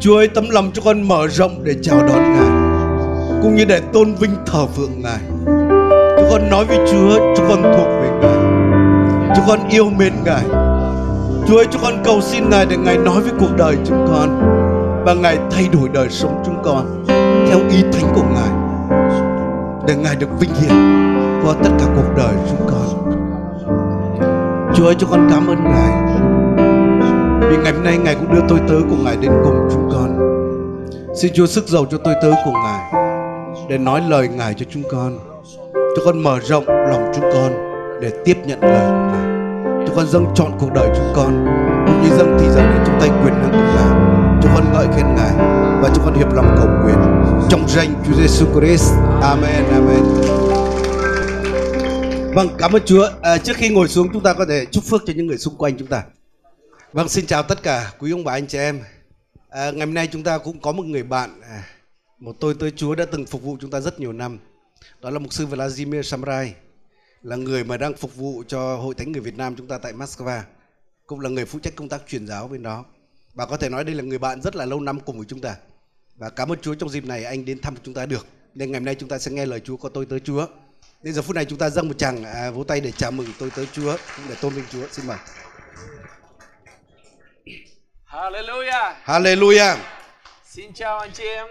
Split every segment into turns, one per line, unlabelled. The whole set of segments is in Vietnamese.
Chúa ơi tấm lòng cho con mở rộng để chào đón Ngài Cũng như để tôn vinh thờ phượng Ngài Chúng con nói với Chúa Chúng con thuộc về Ngài Chúng con yêu mến Ngài Chúa ơi chúng con cầu xin Ngài để Ngài nói với cuộc đời chúng con Và Ngài thay đổi đời sống chúng con Theo ý thánh của Ngài Để Ngài được vinh hiển qua tất cả cuộc đời chúng con Chúa ơi chúng con cảm ơn Ngài vì ngày hôm nay Ngài cũng đưa tôi tớ của Ngài đến cùng chúng con Xin Chúa sức giàu cho tôi tớ của Ngài Để nói lời Ngài cho chúng con Cho con mở rộng lòng chúng con Để tiếp nhận lời của Ngài Cho con dâng chọn cuộc đời chúng con Cũng như dâng thì giờ đến trong tay quyền năng của Ngài Cho con ngợi khen Ngài Và cho con hiệp lòng cầu nguyện Trong danh Chúa Giêsu Christ Amen, Amen Vâng, cảm ơn Chúa à, Trước khi ngồi xuống chúng ta có thể chúc phước cho những người xung quanh chúng ta Vâng, xin chào tất cả quý ông bà anh chị em. À, ngày hôm nay chúng ta cũng có một người bạn, à, một tôi tới Chúa đã từng phục vụ chúng ta rất nhiều năm. Đó là mục sư Vladimir Samrai, là người mà đang phục vụ cho Hội Thánh người Việt Nam chúng ta tại Moscow, cũng là người phụ trách công tác truyền giáo bên đó. Và có thể nói đây là người bạn rất là lâu năm cùng với chúng ta. Và cảm ơn Chúa trong dịp này anh đến thăm chúng ta được. Nên ngày hôm nay chúng ta sẽ nghe lời Chúa có tôi tới Chúa. Đến giờ phút này chúng ta dâng một tràng à, vỗ tay để chào mừng tôi tới Chúa, cũng để tôn vinh Chúa. Xin mời.
Hallelujah!
Hallelujah.
Xin chào anh chị em.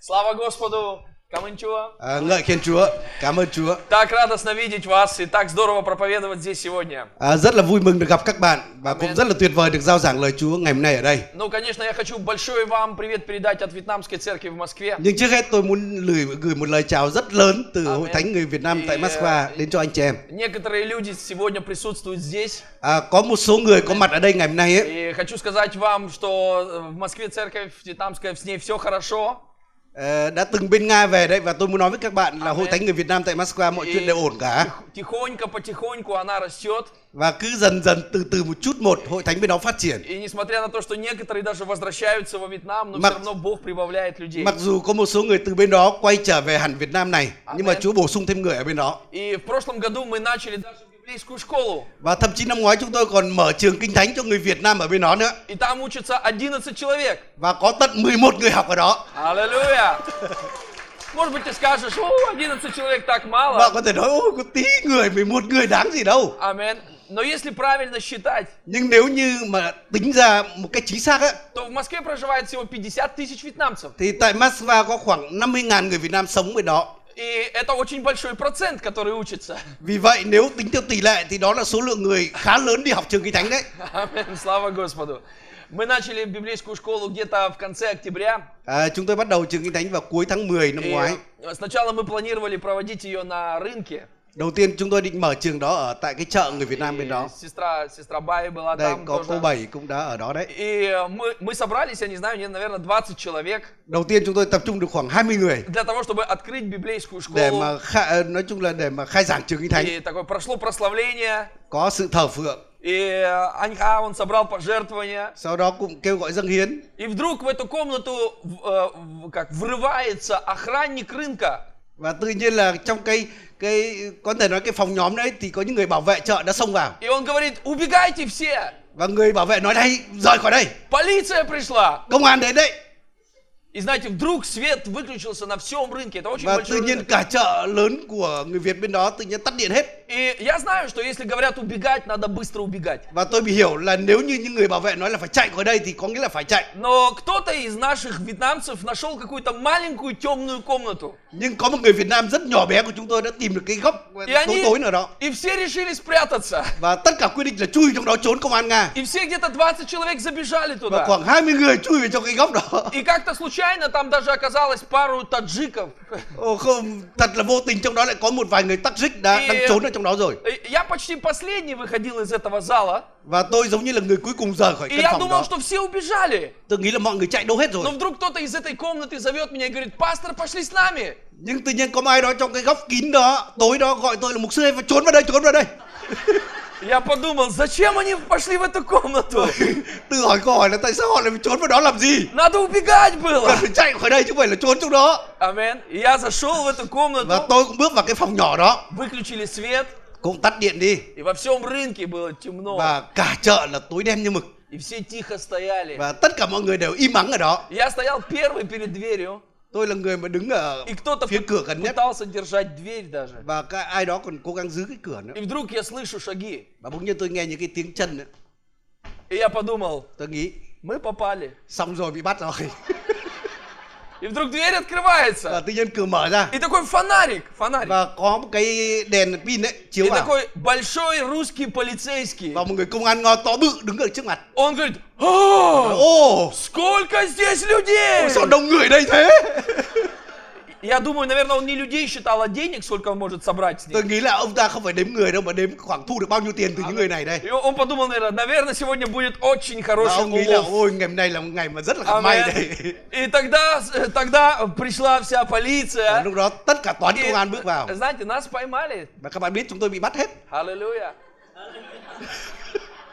Слава Господу! Cảm ơn Chúa.
À, ngợi khen Chúa, cảm ơn Chúa.
Так радостно видеть вас и так здорово проповедовать здесь сегодня.
À, rất là vui mừng được gặp các bạn và cũng rất là tuyệt vời được giao giảng lời Chúa ngày hôm nay ở đây.
Ну, конечно, я хочу большой вам привет передать от Вьетнамской церкви в Москве.
Nhưng trước hết tôi muốn gửi gửi một lời chào rất lớn từ Hội
Amen.
Thánh người Việt Nam tại
Thì, à,
Moscow đến cho anh chị em.
Некоторые люди сегодня присутствуют здесь.
À, có một số người có mặt ở đây ngày hôm nay ấy,
И хочу сказать вам, что э, в Москве церковь вьетнамская, с ней все хорошо.
ờ, đã từng bên Nga về đấy và tôi muốn nói với các bạn là Hội
Amen.
Thánh người Việt Nam tại Moscow mọi
Thì-
chuyện đều ổn cả
Тихонько, потихоньку она растет.
và cứ dần dần từ từ một chút một Hội Thánh bên đó phát triển.
И несмотря на то, что некоторые даже возвращаются во Вьетнам, но
Мак-
все равно Бог прибавляет людей.
Mặc dù có một số người từ bên đó quay trở về hẳn Việt Nam này, nhưng mà
Amen.
Chúa bổ sung thêm người ở bên đó.
И в прошлом году мы начали даже библейскую школу.
Và thậm chí năm ngoái chúng tôi còn mở trường kinh thánh cho người Việt Nam ở bên đó nữa.
И там учатся 11 человек.
Và có tận 11 người học ở đó.
Аллилуйя! Может быть, ты скажешь, о, 11 человек так
Và
мало.
có thể nói, ôi có tí người, 11 người đáng gì đâu.
Амен. Но если правильно считать,
Nhưng nếu như mà tính ra một cách chính xác á,
то в Москве проживает всего 50 тысяч вьетнамцев.
thì tại Moscow có khoảng 50.000 người Việt Nam sống bên đó.
И это очень большой процент, который учится.
Vì vậy nếu tính theo tỷ lệ thì đó là số lượng người khá lớn đi học trường kinh thánh đấy.
Амен. Слава Господу. Мы начали библейскую школу где-то в конце октября.
À, chúng tôi bắt đầu trường kinh thánh vào cuối tháng 10 năm
И
ngoái.
сначала мы планировали проводить ее на рынке.
Đầu tiên chúng tôi định mở trường đó ở tại cái chợ người Việt Nam bên
И
đó.
Сестра, сестра Бай была
Đây
там
có cô
тоже.
Bảy cũng đã ở đó đấy.
И мы, мы собрались, я не знаю, нет, наверное, 20 человек
Đầu tiên chúng tôi tập trung được khoảng 20 người.
для того, чтобы открыть библейскую
để
школу.
mà khai, nói chung là để mà khai giảng trường kinh thánh
И такое прошло прославление,
có sự thờ phượng
и э, Аньха, он собрал пожертвования.
sau đó cũng kêu gọi dâng hiến
И вдруг в эту комнату в- э, в- как врывается охранник рынка.
và tự nhiên là trong cái cái có thể nói cái phòng nhóm đấy thì có những người bảo vệ chợ đã xông vào
И он говорит, убегайте все,
và người bảo vệ nói đây rời khỏi đây
полиция пришла.
công an đến đấy
И знаете, вдруг свет выключился на всем рынке. Это очень
và
большой
tự nhiên
рынок.
cả chợ lớn của người Việt bên đó tự nhiên tắt điện hết
И я знаю, что если говорят убегать, надо быстро убегать.
và tôi bị hiểu là nếu như những người bảo vệ nói là phải chạy khỏi đây thì có nghĩa là phải chạy
Но кто-то из наших вьетнамцев нашел какую-то маленькую темную комнату.
nhưng có một người Việt Nam rất nhỏ bé của chúng tôi đã tìm được cái góc
И они...
tối tối nào đó
И все решили спрятаться.
và tất cả quy định là chui trong đó trốn công an Nga
И все где-то 20 человек забежали
và
туда.
khoảng 20 người chui vào trong cái góc đó
И как-то случайно там даже оказалось пару таджиков.
Ồ không, thật là vô tình trong đó lại có một vài người Tajik đã đang trốn ở trong đó rồi
И Э, Я почти последний выходил из этого зала.
Và tôi giống như là người cuối cùng rời khỏi
И
căn
я
phòng đó
думал, что все убежали.
Tôi nghĩ là mọi người chạy đâu hết
Но
rồi
вдруг кто-то из этой комнаты зовет меня и говорит, пастор, пошли с нами.
Nhưng tự nhiên có ai đó trong cái góc kín đó, tối đó gọi tôi là mục sư ơi, phải trốn vào đây, trốn vào đây
Я подумал, зачем они пошли в эту комнату?
Tự hỏi câu hỏi là tại sao họ lại phải trốn vào đó làm gì
Надо убегать было.
Cần phải chạy khỏi đây chứ không phải là trốn trong đó
Амен. И я зашел в эту
Và
комнату,
tôi cũng bước vào cái phòng nhỏ đó
выключили свет,
Cũng tắt điện đi
и во всем рынке было темно.
Và cả chợ là tối đen như mực
И все тихо стояли.
và tất cả mọi người đều im ắng ở đó
Я стоял первый перед дверью,
tôi là người mà đứng ở
и кто-то
phía cửa
пы-
gần nhất
пытался держать дверь даже.
và cái ai đó còn cố gắng giữ cái cửa nữa
И вдруг я слышу шаги,
và bỗng nhiên tôi nghe những cái tiếng chân nữa.
и я подумал,
tôi nghĩ
мы попали.
xong rồi bị bắt rồi
И вдруг дверь
và
открывается,
tự nhiên cửa mở ra
и такой фонарик, фонарик,
và có một cái đèn pin đấy chiếu
и
vào
такой большой русский полицейский.
và một người công an ngo to bự đứng ở trước mặt
Он говорит,
Ờ.
«А,
ô
сколько здесь людей!
sao đông người đây thế
Я думаю, наверное, он не людей считал, а денег, сколько он может собрать с них.
tôi nghĩ là ông ta không phải đếm người đâu mà đếm khoảng thu được bao nhiêu tiền từ những người này đây
И он он подумал, наверное, наверное, сегодня будет очень
và
хороший
ông nghĩ là
улов.
ôi À, ngày hôm nay là một ngày mà rất là gặp may
Амен.
đây
И тогда, э, тогда пришла вся
và
полиция.
lúc đó tất cả toán
И,
công an bước vào
э, знаете, нас поймали.
và các bạn biết chúng tôi bị bắt hết
Аллилуйя.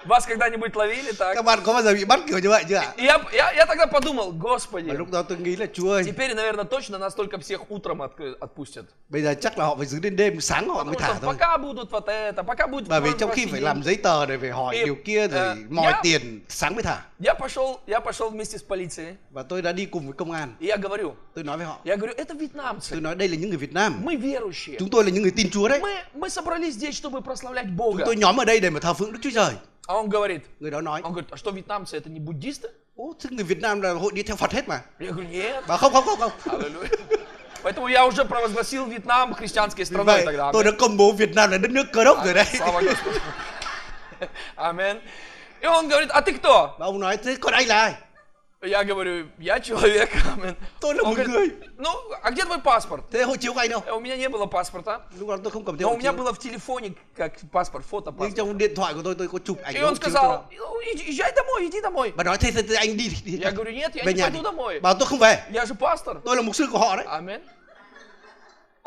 Вас когда-нибудь ловили
các
так?
bạn có bao giờ bị bắt kiểu như vậy chưa ạ
И я, я, я тогда подумал,
và
господи,
lúc đó tôi nghĩ là chúa ơi
теперь, наверное, точно нас только всех утром отк- отпустят.
bây giờ chắc là họ phải giữ đến đêm sáng họ mới
Потому
thả
что
thôi
пока будут вот это, пока будет...
bởi vì
вот
trong
вас
khi phải
сидеть.
làm giấy tờ rồi phải hỏi
Em,
điều kia
à,
rồi mòi
nhá.
tiền sáng mới thả
Я пошел, я пошел вместе с полицией,
và tôi đã đi cùng với công an
и я говорю,
tôi nói với họ
я говорю, это
tôi
вьетнамцы,
nói đây là những người Việt Nam
мы верующие,
chúng tôi là những người tin Chúa đấy
мы, мы собрались здесь, чтобы прославлять
chúng
Бога.
tôi nhóm ở đây để mà thờ phượng Đức Chúa Trời
А он говорит,
người đó nói
он говорит, а что вьетнамцы, это не буддисты?
Ồ, thế người Việt Nam là hội đi theo Phật hết mà.
Я говорю, нет,
Bảo không không không không.
аллилуйя. Поэтому я уже провозгласил Вьетнам
Vì
христианской страной
vậy,
тогда.
tôi đã công bố Việt Nam là đất nước cơ đốc rồi đấy.
Слава Господу. Амин. И он говорит, а ты кто?
Và ông nói, thế còn anh là ai?
Я говорю, я человек, амин.
Tôi là một
Он говорит, ну, а где твой паспорт?
Thế hộ chiếu của anh đâu?
Э, У меня не было паспорта,
Lúc đó tôi không vâng. cầm theo
но у
hộ
меня
chiếu.
было в телефоне как паспорт, фото
Nhưng
паспорт.
trong điện thoại của tôi tôi có chụp ảnh
И
hộ chiếu
он
tôi đâu.
сказал, «Ну, иди- езжай домой, иди домой.
Và nói thế, thế, thế anh đi, đi, đi.
Я говорю, нет, я
về
не
nhà đi.
пойду домой.
Bảo tôi không về,
Я же пастор.
tôi là mục sư của họ đấy.
Амин.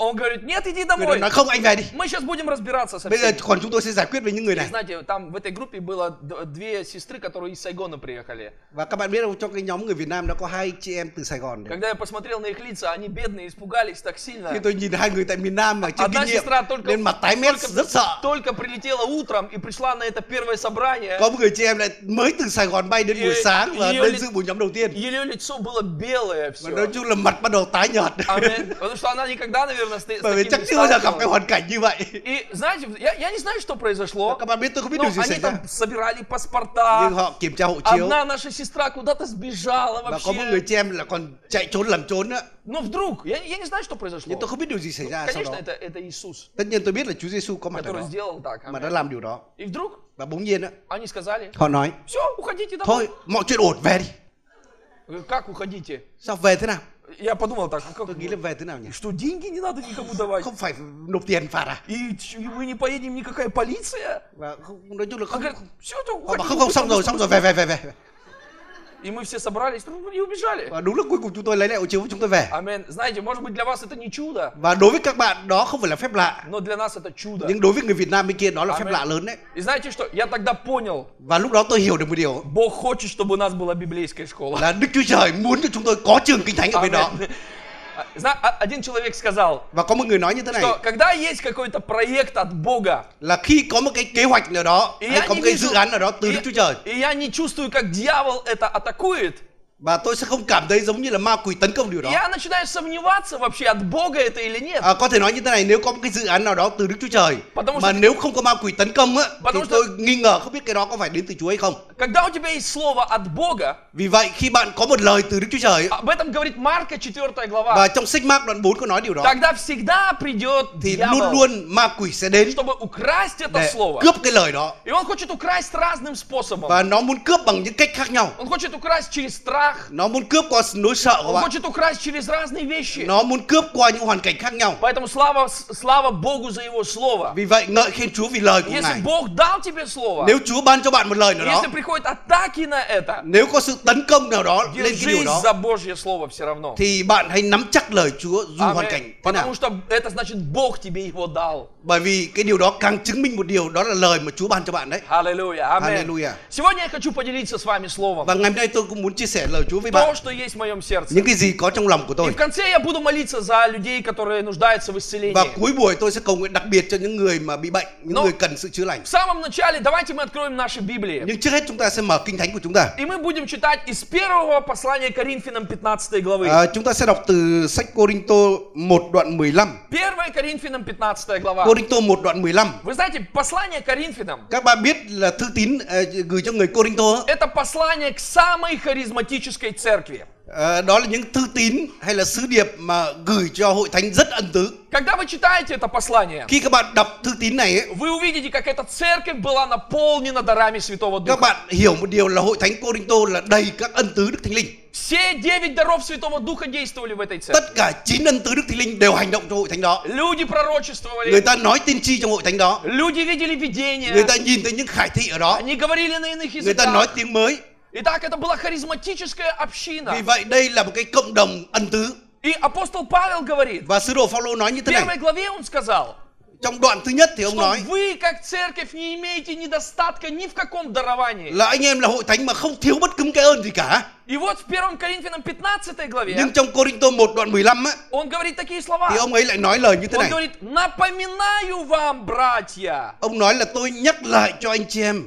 Он говорит, нет,
Người
иди
đó
домой.
nói không, anh về đi.
Мы сейчас будем разбираться со
Bây giờ
всеми.
còn chúng tôi sẽ giải quyết với những người này.
Знаете, там в этой группе было д- две сестры, которые из Сайгона приехали.
Và các bạn biết không, trong cái nhóm người Việt Nam đã có hai chị em từ Sài Gòn. đấy.
Когда я посмотрел на их лица, они бедные, испугались так сильно.
Khi tôi nhìn hai người tại miền Nam mà chưa
Одна
kinh nghiệm,
сестра только-
nên mặt tái mét
только-
rất sợ.
Только прилетела утром и пришла на это первое собрание.
Có một người chị em lại mới từ Sài Gòn bay đến buổi
Ê,
sáng và
yêu
đến
đi-
dự buổi nhóm đầu tiên.
Ее лицо было белое
Và nói
все.
chung là mặt bắt đầu tái nhợt.
Потому что она никогda, наверное, с, т- с
Bởi vì
таким
chắc
не
chưa bao giờ gặp
сталкивалась.
cái hoàn cảnh như vậy.
И знаете, я, я не знаю, что
Và
произошло.
Các bạn biết tôi không biết
но
điều gì xảy
они
ra.
там собирали
Nhưng
паспорта.
họ kiểm tra hộ chiếu
Одна наша сестра куда-то сбежала
và có một người
вообще.
chị em là còn chạy trốn lẩn trốn nữa.
Но вдруг, я, я не знаю, что произошло.
Nhưng tôi không biết điều gì xảy ra sau
Конечно,
đó.
это, это Иисус,
Tất nhiên tôi biết là Chúa Giêsu có mặt ở
который
đó
сделал так.
mà
аминь.
đã làm điều đó.
И вдруг
Và bỗng nhiên á,
они сказали,
họ nói
все, уходите домой.
thôi mọi chuyện ổn về đi.
Я говорю, Как уходите?
Sao về thế nào?
Я подумал так, «А как
Tôi nghĩ là về thế nào nhỉ?
Что деньги не надо никому давать?
Không phải nộp tiền phạt à?
И, ч- и мы не поедем никакая полиция?
Và không, nói chung là
Он
không.
говорит, все, то
Họ bảo
уходите,
không không xong
быстро,
rồi
быстро,
xong rồi về về về về.
быстро». И мы все собрались ну, и убежали.
Và đúng là cuối cùng chúng tôi lấy lại hộ chiếu và chúng tôi về.
Амин. Знаете, может быть для вас это не чудо,
Và đối với các bạn đó không phải là phép lạ
но для нас это чудо.
Nhưng đối với người Việt Nam bên kia đó là phép
Amen.
lạ lớn đấy
И знаете что? Я тогда понял,
Và lúc đó tôi hiểu được một điều
Бог хочет, чтобы у нас была библейская школа.
Là Đức Chúa Trời muốn cho chúng tôi có trường kinh thánh ở bên đó
Амен. А, зна- а- Один человек сказал,
Và có một người nói như thế này
что когда есть какой-то проект от Бога,
Là khi có một cái kế hoạch nào đó
и
Hay
я
có
не
một cái
вижу,
dự án nào đó từ Đức Chúa Trời
и, и я не чувствую, как дьявол это атакует,
Và tôi sẽ không cảm thấy giống như là ma quỷ tấn công điều đó
я начинаю сомневаться вообще, от Бога это или нет.
À, có thể nói như thế này nếu có một cái dự án nào đó từ Đức Chúa Trời
Потому
mà
что-
nếu không có ma quỷ tấn công á thì
Потому что-
tôi nghi ngờ không biết cái đó có phải đến từ Chúa hay không
Когда у тебя есть слово от Бога,
vì vậy khi bạn có một lời từ Đức Chúa Trời á,
об этом говорит Марка 4 глава,
và trong sách Mark đoạn 4 có nói điều đó
тогда всегда придет
thì luôn
дьявол,
luôn ma quỷ sẽ đến
чтобы украсть это
để
слово.
cướp cái lời đó
И он хочет украсть разным способом.
và nó muốn cướp bằng những cách khác nhau
Он хочет украсть через страх,
nó muốn cướp qua nỗi sợ của
он
bạn
хочет украсть через разные вещи.
nó muốn cướp qua những hoàn cảnh khác nhau
Поэтому слава, слава Богу за его слово.
vì vậy ngợi khen Chúa vì lời của
Если
Ngài
Бог дал тебе слово,
nếu Chúa ban cho bạn một lời nào đó
Если приходят атаки на это,
nếu có sự tấn công nào đó lên cái điều
держись
đó
за Божье Слово все равно.
thì bạn hãy nắm chắc lời Chúa dù hoàn
Амен.
cảnh thế nào
Потому что это значит Бог тебе его дал.
Bởi vì cái điều đó càng chứng minh một điều đó là lời mà Chúa ban cho bạn đấy.
Аллилуйя. Аминь.
Аллилуйя.
Сегодня я хочу поделиться с вами словом.
Và ngày hôm nay tôi cũng muốn chia sẻ lời Chúa với
То,
bạn.
что есть в моем сердце.
Những cái gì có trong lòng của
И
tôi.
в конце я буду молиться за людей, которые нуждаются в
Và
исцелении.
cuối buổi tôi sẽ cầu nguyện đặc biệt cho những người mà bị bệnh, những
Nó-
người cần sự chữa lành.
В самом начале давайте мы откроем наши Библии.
Nhưng trước hết chúng ta sẽ mở kinh thánh của chúng ta.
И мы будем читать из первого послания Коринфянам 15 главы.
À, chúng ta sẽ đọc từ sách Cô-rinto 1 đoạn 15.
1 Коринфянам 15 глава.
Cô-rinto 1 đoạn 15.
Вы знаете, послание Коринфянам
Các bạn biết là thư tín ờ, gửi cho người Cô-rinto á,
это послание к самой харизматической церкви.
ờ, đó là những thư tín hay là sứ điệp mà gửi cho hội thánh rất ân tứ.
Когда вы читаете это послание,
Khi các bạn đọc thư tín này ấy,
вы увидите, как эта церковь была наполнена дарами Святого
các
Духа.
bạn hiểu một điều là hội thánh Cô-rinto là đầy các ân tứ Đức Thánh Linh.
Все девять даров Святого Духа действовали в этой церкви.
Tất cả 9 ân tứ Đức Thánh Linh đều hành động cho hội thánh đó.
Люди
Người
пророчествовали,
ta nói tiên tri trong hội thánh đó.
люди видели
Người
видения,
ta nhìn thấy những khải thị ở đó.
они говорили на иных
Người ta nói
языках.
tiếng mới.
Итак, это была харизматическая
Vì
община.
vậy đây là một cái cộng đồng ân tứ.
И апостол Павел говорит,
Và sứ đồ Phaolô nói như
в
thế này.
первой главе он сказал,
Trong đoạn thứ nhất thì ông
что
nói
вы, как церковь, не имеете недостатка ни в каком даровании.
là anh em là hội thánh mà không thiếu bất cứ một cái ơn gì cả.
И вот в 1 Коринфянам 15
Nhưng
главе
trong Cô-rinto 1 đoạn 15 á,
он говорит такие слова.
thì ông ấy lại nói lời như thế
Он
này.
говорит, напоминаю вам, братья,
Ông nói là tôi nhắc lại cho anh chị em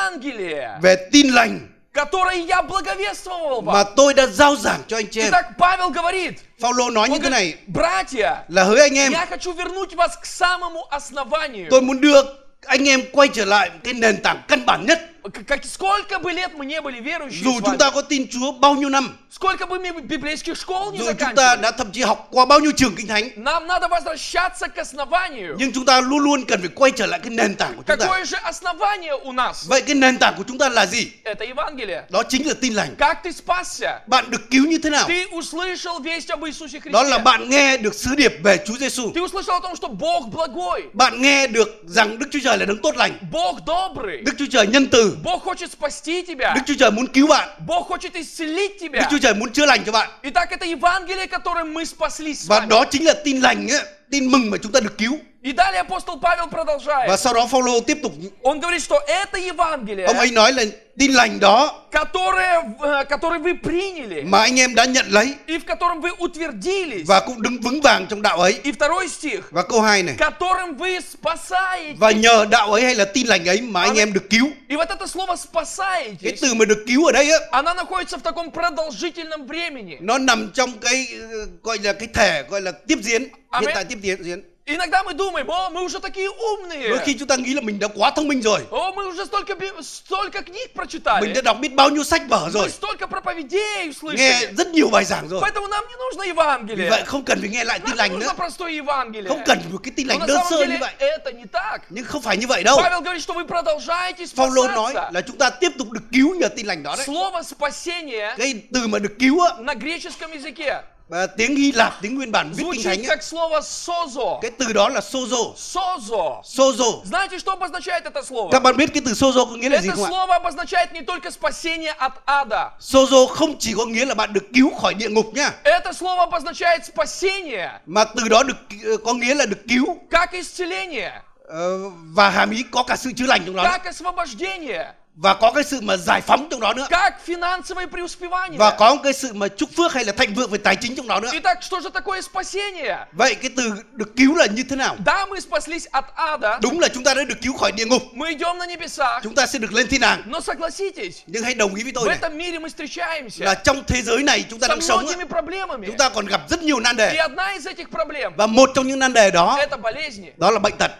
Евангелие,
về tin lành
которое я благовествовал
mà
вам.
tôi đã giao giảng cho anh chị em.
Итак, Павел говорит,
Phaolô nói như
он
thế
говорит,
này
братья,
là hỡi anh em,
я хочу verнуть вас к самому основанию.
tôi muốn đưa anh em quay trở lại một cái nền tảng căn bản nhất.
К- Как, сколько бы лет мы не были верующими,
Dù
с
chúng
вами,
ta có tin Chúa bao nhiêu năm,
сколько бы мы библейских школ не
dù chúng ta
заканчивали,
đã thậm chí học qua bao nhiêu trường kinh thánh,
нам надо возвращаться к основанию.
nhưng chúng ta luôn luôn cần phải quay trở lại cái nền tảng của chúng ta.
Какое же основание у нас?
Vậy cái nền tảng của chúng ta là gì?
Это Евангелие.
Đó chính là tin lành.
Как ты спасся?
Bạn được cứu như thế nào?
Ты услышал весть об Иисусе
Đó là
Христе.
bạn nghe được sứ điệp về Chúa Giêsu.
Ты услышал о том, что Бог благой,
Bạn nghe được rằng Đức Chúa Trời là đấng tốt lành,
Бог добрый,
Đức Chúa Trời nhân từ,
Бог хочет спасти тебя,
Đức Chúa Trời muốn cứu bạn,
Бог хочет исцелить
Đức
тебя.
Chúa Trời muốn chữa lành cho bạn.
Итак, это Евангелие, которым мы спаслись с
Và
вами.
đó chính là tin lành, ấy, tin mừng mà chúng ta được cứu.
И далее апостол Павел
Và
продолжает.
sau đó Phaolô tiếp tục
Он говорит, что это Евангелие,
ông ấy nói là tin lành đó
которое, э, которое вы приняли,
mà anh em đã nhận lấy
и в котором вы утвердились.
và cũng đứng vững vàng trong đạo ấy.
И второй стих,
Và câu 2 này,
которым вы спасаете.
và nhờ đạo ấy hay là tin lành ấy mà anh em được cứu.
И вот это слово
Cái
«спасаетесь»,
từ mà được cứu ở đây ấy,
она находится в таком продолжительном времени.
nó nằm trong cái ờ, gọi là cái thể gọi là tiếp diễn hiện
Amen.
tại tiếp diễn diễn
Иногда мы думаем, о, мы уже такие
đôi
умные.
khi chúng ta nghĩ là mình đã quá thông minh rồi
О, мы уже столько, би- столько книг
mình đã
прочитали.
đọc biết bao nhiêu sách vở
Мы
rồi
столько проповедей
nghe
услышали.
rất nhiều bài giảng rồi
Поэтому нам не нужно
vì
Евангелие.
vậy không cần phải nghe lại tin
Нам
lành nữa
нужно простое Евангелие.
không cần một cái tin
Но
lành
на
đơn
самом
sơ như
деле
vậy
это не так.
nhưng không phải như vậy đâu
Павел говорит, что вы продолжаете
Phaolô nói
спасаться.
là chúng ta tiếp tục được cứu nhờ tin lành đó đấy
Слово «спасение»
cái từ mà được cứu á
на греческом языке
và tiếng Hy Lạp tiếng nguyên bản viết kinh thánh
звучит
á,
как слово «созо».
cái từ đó là sozo
«Созо».
sozo
Знаете, что обозначает это слово?
các bạn biết cái từ sozo có nghĩa là gì
Это
không ạ
слово обозначает не только спасение от ада.
sozo không chỉ có nghĩa là bạn được cứu khỏi địa ngục nhá
Это слово обозначает спасение,
mà từ đó được có nghĩa là được cứu
как исцеление,
ờ, và hàm ý có cả sự chữa lành trong đó đấy.
как освобождение,
và có cái sự mà giải phóng trong đó nữa
как финансовое преуспевание.
và có cái sự mà chúc phước hay là thịnh vượng về tài chính trong đó nữa
Итак, что же такое спасение?
vậy cái từ được cứu là như thế nào
Да, мы спаслись от ада,
đúng là chúng ta đã được cứu khỏi địa ngục
мы идем на небесах,
chúng ta sẽ được lên thiên đàng
но согласитесь,
nhưng hãy đồng ý với
в
tôi này
этом мире мы встречаемся
là trong thế giới này chúng ta
со
đang sống
многими
á,
проблемами.
chúng ta còn gặp rất nhiều nan
И
đề
одна из этих проблем
và một trong những nan đề
–
đó
это болезни.
đó là bệnh tật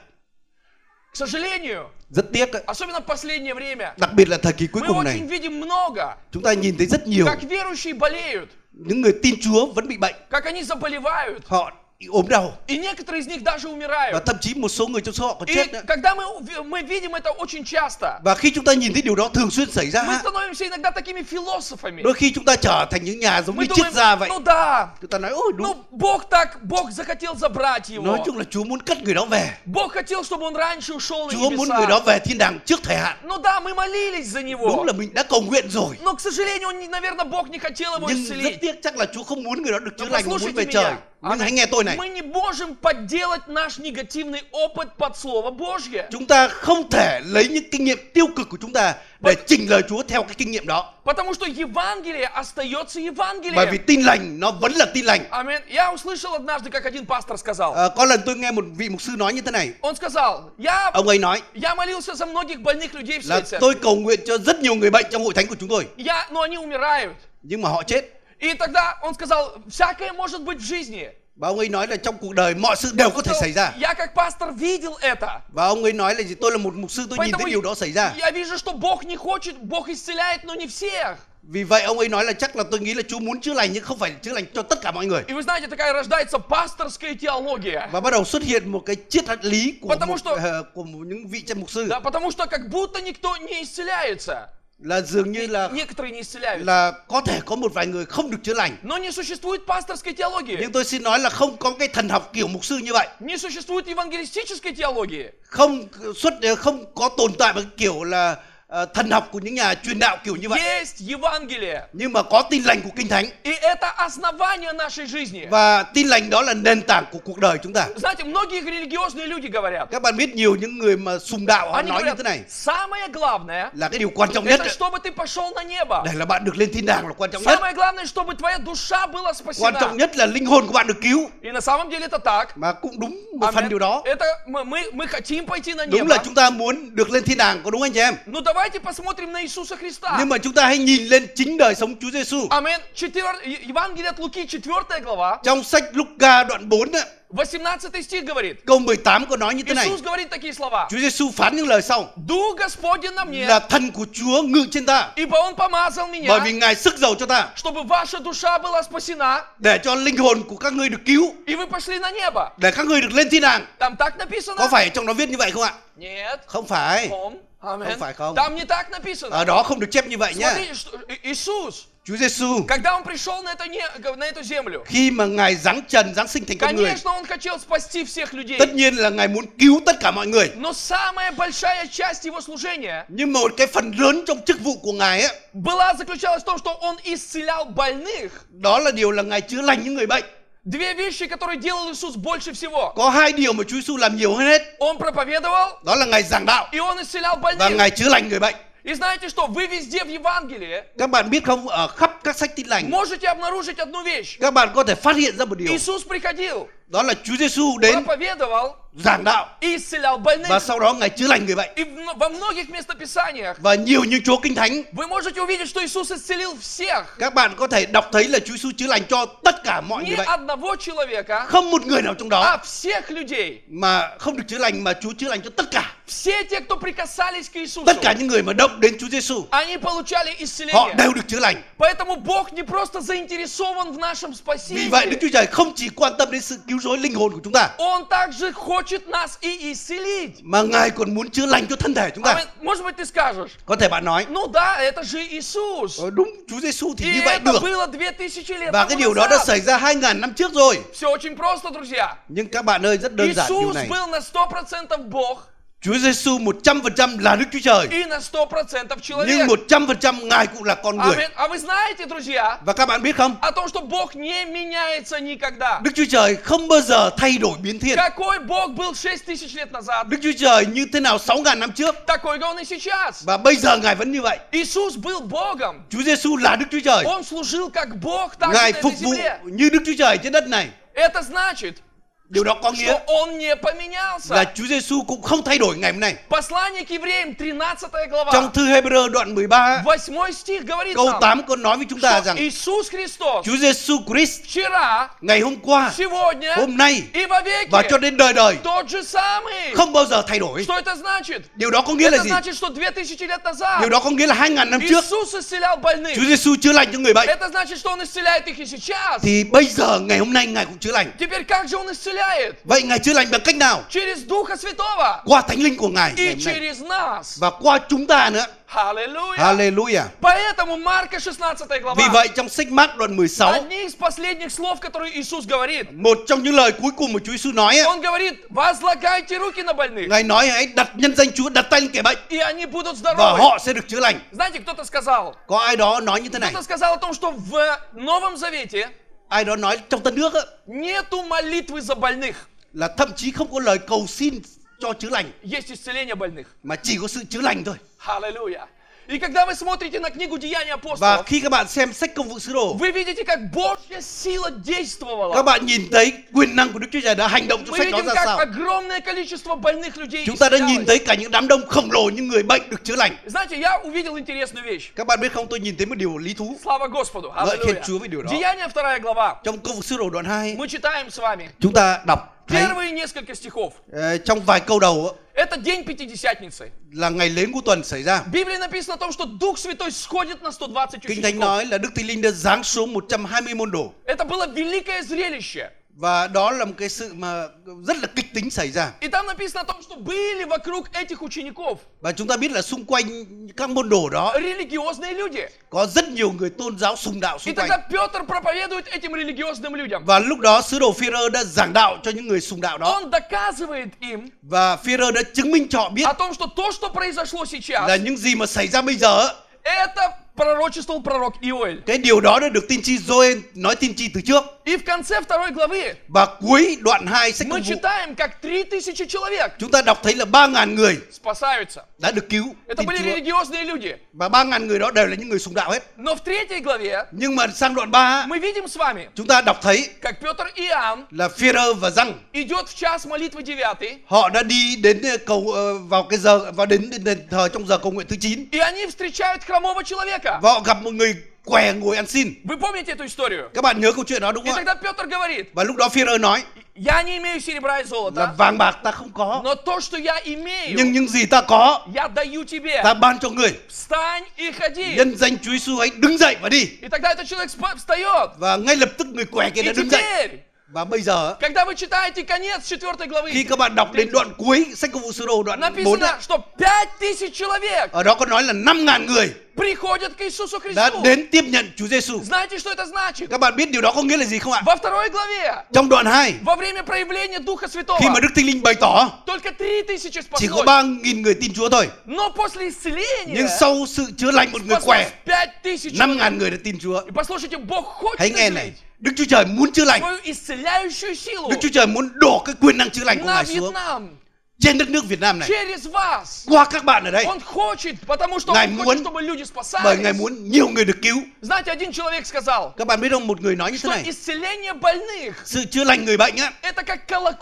К сожалению,
rất tiếc đấy.
особенно в последнее время,
đặc biệt là thời kỳ cuối
мы
cùng
очень
này
видим много,
chúng ta nhìn thấy rất nhiều
как верующие болеют,
những người tin Chúa vẫn bị bệnh
как они заболевают,
họ ốm đau
и некоторые из них даже
và
умирают.
thậm chí một số người trong số họ còn
И
chết nữa
когда мы, уви- мы видим это очень часто,
và khi chúng ta nhìn thấy điều đó thường xuyên xảy ra
мы
ha,
становимся иногда такими философами.
đôi khi chúng ta trở thành những nhà giống như
Мы
triết gia vậy
думаем, ну да,
chúng ta nói ôi đúng
ну Бог так, Бог захотел забрать
nói
его.
chung là Chúa muốn cất người đó về
Бог хотел, чтобы он раньше ушел на
Chúa muốn người đó
небеса.
về thiên đàng trước thời hạn
Ну да, мы молились за
đúng
него.
là mình đã cầu nguyện rồi
Но, к сожалению, он, наверное, Бог не хотел его
nhưng rất
исцелить.
tiếc chắc là Chúa không muốn người đó được chữa
Но
lành mà muốn
послушайте
về trời
меня,
Nhưng hãy nghe tôi này.
Мы не можем подделать наш негативный опыт под Слово Божье.
Chúng ta không thể lấy những kinh nghiệm tiêu cực của chúng ta để chỉnh lời Chúa theo cái kinh nghiệm đó.
Потому что Евангелие остается
Bởi vì
Евангелием.
tin lành nó vẫn là tin lành.
Амин. Я услышал однажды, как один пастор сказал.
Ờ, có lần tôi nghe một vị mục sư nói như thế này.
Он сказал, я,
Ông ấy nói
я молился за многих больных людей в
là
своей церкви.
tôi cầu nguyện cho rất nhiều người bệnh trong hội thánh của chúng tôi,
Я, но они умирают.
nhưng mà họ chết.
И тогда он сказал, всякое может быть в жизни.
Và ông ấy nói là trong cuộc đời mọi sự đều có thể
Ну,
xảy ra.
Я как пастор видел это.
Và ông ấy nói là gì? Tôi là một mục sư, tôi nhìn thấy điều đó xảy ra.
я вижу, что Бог не хочет, Бог исцеляет, но не всех.
Vì vậy ông ấy nói là chắc là tôi nghĩ là Chúa muốn chữa lành nhưng không phải chữa lành cho tất cả mọi người.
И вы знаете, такая рождается пасторская теология.
Và bắt đầu xuất hiện một cái triết học lý của
Потому
một,
что-
ờ, của một những vị chân mục sư
Да, потому что как будто никто не исцеляется.
là dường như là
Некоторые не исцеляются.
là có thể có một vài người không được chữa lành.
Но не существует пасторской теологии.
Nhưng tôi xin nói là không có cái thần học kiểu mục sư như vậy.
Не существует евангелистической теологии.
không xuất không có tồn tại một cái kiểu là ờ, thần học của những nhà truyền đạo kiểu như vậy
Есть Евангелие.
nhưng mà có tin lành của kinh thánh
И это основание нашей жизни.
và tin lành đó là nền tảng của cuộc đời chúng ta
Знаете, многие религиозные люди говорят.
các bạn biết nhiều những người mà sùng đạo họ
Они
nói như thế này
говорят, самое главное,
là cái điều quan trọng nhất
это чтобы ты пошел на небо.
để là bạn được lên thiên đàng là quan trọng nhất
Самое главное, чтобы твоя душа была
quan trọng
спасена.
nhất là linh hồn của bạn được cứu
И на самом деле это так.
mà cũng đúng một phần
Амен.
điều đó
Это мы, мы, мы хотим пойти на
đúng
небо.
là chúng ta muốn được lên thiên đàng có đúng anh chị em
Но давайте посмотрим на Иисуса Христа.
nhưng mà chúng ta hãy nhìn lên chính đời sống Chúa Giêsu
Амин. Четвер- Е- Евангелие от Луки, 4 глава,
trong sách Luca đoạn 4 á,
18 стих говорит.
câu 18 có nói như thế này
Иисус говорит такие слова.
Chúa Giêsu phán những lời sau
Дух Господень на мне,
là thần của Chúa ngự trên ta
ибо Он помазал
bởi
меня,
vì Ngài sức giàu cho ta
чтобы ваша душа была спасена,
để cho linh hồn của các ngươi được cứu
и вы пошли на небо.
để các ngươi được lên thiên đàng
Там так написано?
có phải trong đó viết như vậy không ạ
Нет.
không phải
Он. Амин.
Он файком.
Там не так написано.
ở đó không được chép như vậy nhá
Смотрите, что И- Иисус,
Chúa Giêsu
когда Он пришел на, это не- на эту землю,
khi mà Ngài giáng trần giáng sinh thành con người
Конечно, он хотел спасти всех людей.
tất nhiên là Ngài muốn cứu tất cả mọi người
Но самая большая часть его служения
nhưng mà một cái phần lớn trong chức vụ của Ngài ấy,
была заключалась в том, что он исцелял больных.
đó là điều là Ngài chữa lành những người bệnh
Две вещи, которые делал Иисус больше всего.
có hai điều mà Chúa Giêsu làm nhiều hơn hết
Он проповедовал,
đó là Ngài giảng đạo
и он исцелял
và
больных.
Ngài chữa lành người bệnh
И знаете что? Вы везде в Евангелии
các bạn biết không ở khắp các sách tin lành
можете обнаружить одну вещь.
các bạn có thể phát hiện ra một điều
Иисус приходил,
đó là Chúa Giêsu đến
проповедовал
giảng đạo
и исцелял
và
больных.
sau đó ngài chữa lành người bệnh
И в- во многих местописаниях
và nhiều những chỗ kinh thánh
вы можете увидеть, что Иисус исцелил всех.
các bạn có thể đọc thấy là Chúa Giêsu chữa lành cho tất cả mọi
Не
người bệnh
одного человека,
không một người nào trong đó
а всех людей.
mà không được chữa lành mà Chúa chữa lành cho tất cả
Все те, кто прикасались к Иисусу,
tất cả những người mà động đến Chúa Giêsu
они получали
họ
исцеление.
đều được chữa lành
Поэтому Бог не просто заинтересован в нашем
vì vậy Đức
спасении.
Chúa Trời không chỉ quan tâm đến sự cứu rỗi linh hồn của chúng ta
Он также хочет нас и исцелить.
mà ngài còn muốn chữa lành cho thân thể chúng
А
ta
вы- Может быть, ты скажешь,
có thể bạn nói
ну да, это же Иисус.
"Ờ, đúng Chúa Giêsu thì
И
như vậy
это
được
было две тысячи лет
và cái điều
тому
đó đã
назад.
xảy ra 2.000 năm trước rồi
Все очень просто, друзья.
nhưng các bạn ơi rất đơn giản điều
Иисус
này
был на сто процентов Бог
Chúa Giêsu 100% là Đức Chúa Trời,
и на сто процентов
nhưng
человек.
100% Ngài cũng là con người.
Амин. А вы знаете, друзья,
Và các bạn biết không?
о том, что Бог не меняется никогда.
Đức Chúa Trời không bao giờ thay đổi biến thiên.
Какой Бог был шесть тысяч лет назад,
Đức Chúa Trời như thế nào 6.000 năm trước
такой же Он и сейчас.
và bây giờ Ngài vẫn như vậy.
Иисус был Богом.
Chúa Giêsu là Đức Chúa Trời.
Он служил как Бог, так
Ngài
и на
phục
этой
vụ
земле.
như Đức Chúa Trời trên đất này.
Это значит,
Điều đó có nghĩa
что Он не поменялся.
là Chúa Giêsu cũng không thay đổi ngày hôm nay.
Послание к евреям, 13
Trong
глава,
thư Hebrew đoạn 13,
8 стих говорит
câu
нам,
8 có nói với chúng ta
что
rằng
Иисус Христос
Chúa Giêsu Christ
вчера,
ngày hôm qua,
сегодня
hôm nay
и
và cho
вовеки
đến đời đời
тот же самый.
không bao giờ thay đổi.
Что это значит?
Điều đó có nghĩa là
Это
gì?
значит, что 2000 лет
Điều
назад
đó có nghĩa là 2.000 năm trước
Иисус исцелял больных.
Chúa Giêsu chữa lành cho người bệnh
Это значит, что Он исцеляет их и сейчас.
thì bây giờ ngày hôm nay Ngài cũng chữa lành.
Теперь как же Он исцеляет?
Vậy Ngài chữa lành bằng cách nào?
Через Духа Святого
Qua Thánh Linh của Ngài ngày
и
hôm nay.
через нас.
và qua chúng ta nữa.
Аллилуйя!
Hallelujah.
Поэтому Марка 16
Vì
глава.
vậy trong sách Mát đoạn 16,
Одни из последних слов, которые Иисус говорит.
một trong những lời cuối cùng mà Chúa Giêsu nói, ấy,
Он говорит, возлагайте руки на больных,
Ngài nói hãy đặt nhân danh Chúa đặt tay lên kẻ bệnh
и они будут
và
здоровы.
họ sẽ được chữa lành.
Знаете, кто-то сказал?
Có ai đó nói như thế này,
Кто-то сказал о том, что в Новом Завете
ai đó nói trong tân nước á,
Нету молитвы за больных.
là thậm chí không có lời cầu xin cho chữa lành
Есть исцеление больных.
mà chỉ có sự chữa lành thôi
Аллилуйя. И когда вы смотрите на книгу Деяния
và
апостолов,
khi các bạn xem sách công vụ sứ đồ
вы видите, как Божья сила
các
действовала.
bạn nhìn thấy quyền năng của đức chúa trời đã hành động trong
Мы
sách đó
видим,
ra
как
sao
огромное количество больных людей
chúng ta đã nhìn
исцелялось.
thấy cả những đám đông khổng lồ những người bệnh được chữa lành
Знаете, я увидел интересную вещь.
các bạn biết không tôi nhìn thấy một điều lý thú
Слава Господу.
Ngợi khen
Аллилуйя.
Chúa với điều đó.
Деяния 2 глава.
trong công vụ sứ đồ đoạn 2
Мы читаем с вами
chúng ta đọc thấy
первые несколько стихов.
ờ, trong vài câu đầu á,
Это день Пятидесятницы.
là ngày lễ ngũ tuần xảy ra
В Библии написано о том, что Дух Святой сходит на 120
kinh thánh
учеников.
nói là đức thánh linh đã giáng xuống 120 môn đồ
Это было великое зрелище.
và đó là một cái sự mà rất là kịch tính xảy ra
И там написано о том, что были вокруг этих учеников
và chúng ta biết là xung quanh các môn đồ đó
религиозные люди.
có rất nhiều người tôn giáo sùng đạo
И
xung quanh
тогда Петр проповедует этим религиозным людям.
và lúc đó sứ đồ Führer đã giảng đạo cho những người sùng đạo đó
Он доказывает им
và Führer đã chứng minh cho họ biết
о том, что то, что произошло
là
сейчас,
những gì mà xảy ra bây giờ á,
это пророчествовал пророк Иоэль.
cái điều đó đã được tiên tri Joel nói tiên tri từ trước
И в конце второй главы
và cuối đoạn 2 sách công
мы
vụ
читаем, как три тысячи человек
chúng ta đọc thấy là 3.000 người
спасаются.
đã được cứu
Это
tin
были
Chúa.
религиозные люди.
và 3.000 người đó đều là những người sùng đạo hết
Но в третьей главе
nhưng mà sang đoạn 3
мы видим с вами,
chúng ta đọc thấy
как Петр и Иоанн
là Führer và răng
идет в час молитвы 9,
họ đã đi đến ờ, cầu ờ, vào cái giờ vào đến đến đền thờ trong giờ cầu nguyện thứ 9
и они встречают хромого человека.
và họ gặp một người què ngồi ăn xin
Вы помните эту историю?
các bạn nhớ câu chuyện đó đúng
И
không ạ
тогда Петр говорит,
và lúc đó Führer nói
я не имею серебра
là
и золота,
vàng bạc ta không có
но то, что я
nhưng
имею,
những gì ta có
я даю тебе.
ta ban cho người
Встань и ходи.
nhân danh Chúa Giêsu hãy đứng dậy và đi
И тогда этот человек спа- встает.
và ngay lập tức người què kia
И
đã đứng dậy
теперь,
và bây giờ
когда вы читаете конец 4 главы,
khi các bạn đọc đến đoạn cuối sách công vụ sứ đồ đoạn 4
написано, что 5000 человек
ở đó có nói là 5.000 người
приходят к Иисусу
đã
Христу.
đến tiếp nhận Chúa Giêsu
Знаете, что это значит?
các bạn biết điều đó có nghĩa là gì không ạ
Во второй главе,
trong đoạn 2
во время проявления Духа Святого,
khi mà Đức Thánh Linh bày tỏ
только 3000
chỉ có
спаслось.
3.000 người tin Chúa thôi
Но после исцеления
nhưng sau sự chữa lành một người
спаслось
què
5000 человек.
5.000 người đã tin Chúa
И послушайте, Бог
hãy
хочет
nghe này
излить
Đức Chúa Trời muốn chữa lành
свою исцеляющую силу
Đức Chúa Trời muốn đổ cái quyền năng chữa lành của
на
Ngài xuống
Вьетнам
trên đất nước Việt Nam này
через вас.
qua các bạn ở đây
Он хочет, потому что
Ngài
Он
muốn-
хочет, чтобы люди
bởi Ngài
спасались.
muốn nhiều người được cứu
Знаете, один человек сказал,
các bạn biết không một người nói như thế
что
này
исцеление больных
sự chữa lành người bệnh á
это как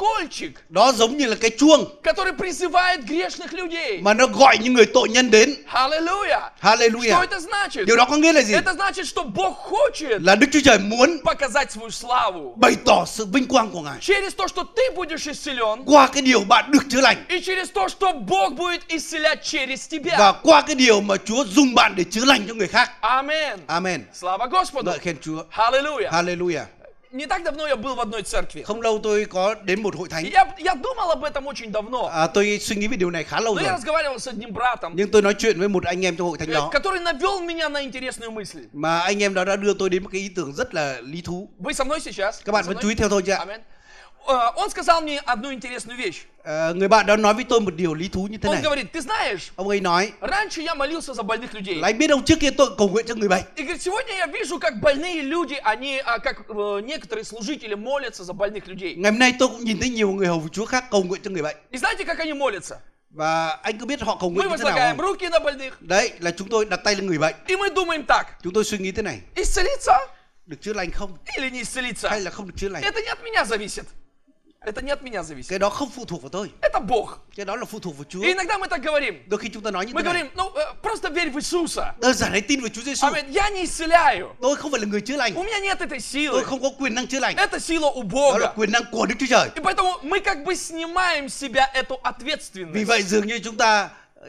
колокольчик,
đó giống như là cái chuông
который призывает грешных людей.
mà nó gọi những người tội nhân đến
Аллилуйя! Что
Hallelujah
это значит?
điều đó có nghĩa là gì
Это значит, что Бог хочет
là Đức Chúa Trời muốn
показать свою славу
bày tỏ sự vinh quang của Ngài
через то, что ты будешь исцелен,
qua cái điều bạn được chữa lành
и через то, что Бог будет исцелять через тебя.
và qua cái điều mà Chúa dùng bạn để chữa lành cho người khác
Амен.
Amen
Слава Господу.
ngợi khen Chúa
Аллилуйя.
Hallelujah
Не так давно я был в одной церкви.
không lâu tôi có đến một hội thánh
И Я, я думал об этом очень давно.
à, tôi suy nghĩ về điều này khá lâu
Но я
rồi
разговаривал с одним братом,
nhưng tôi nói chuyện với một anh em trong hội thánh
э,
đó
который навел меня на интересную мысль.
mà anh em đó đã đưa tôi đến một cái ý tưởng rất là lý thú
Вы со мной сейчас?
các bạn
Со
vẫn
мной?
chú ý theo tôi chứ ạ
Амен. Э, Он сказал мне одну интересную вещь.
Ờ, người bạn đó nói với tôi một điều lý thú như thế
Он
này
говорит, ты знаешь,
ông ấy nói
раньше я молился за больных людей.
là anh biết ông trước kia tôi cầu nguyện cho người bệnh
И говорит, сегодня я вижу, как больные люди, они, а, как э, некоторые служители молятся за больных людей.
ngày hôm nay tôi cũng nhìn thấy nhiều người hầu chúa khác cầu nguyện cho người bệnh
И знаете, как они молятся?
và anh cứ biết họ cầu nguyện
Мы
như thế nào
возлагаем
không?
руки на больных,
đấy là chúng tôi đặt tay lên người bệnh
и мы думаем так,
chúng tôi suy nghĩ thế này
исцелиться
được chữa lành không
или не исцелиться.
hay là không được chữa lành
Это не от меня зависит. Это не от меня зависит.
cái đó không phụ thuộc vào tôi
Это Бог.
cái đó là phụ thuộc vào chúa
И иногда мы так говорим.
đôi khi chúng ta nói như
Мы
thế này
говорим, ну, э, просто верь в Иисуса.
đơn giản hãy tin vào chúa giêsu
А говорит, я не исцеляю.
tôi không phải là người chữa lành
У меня нет этой
tôi
силы.
không có quyền năng chữa lành
Это сила у
đó là
Бога.
quyền năng của đức chúa trời
И поэтому мы как бы снимаем с себя эту
vì
ответственность.
vậy dường như chúng ta ờ,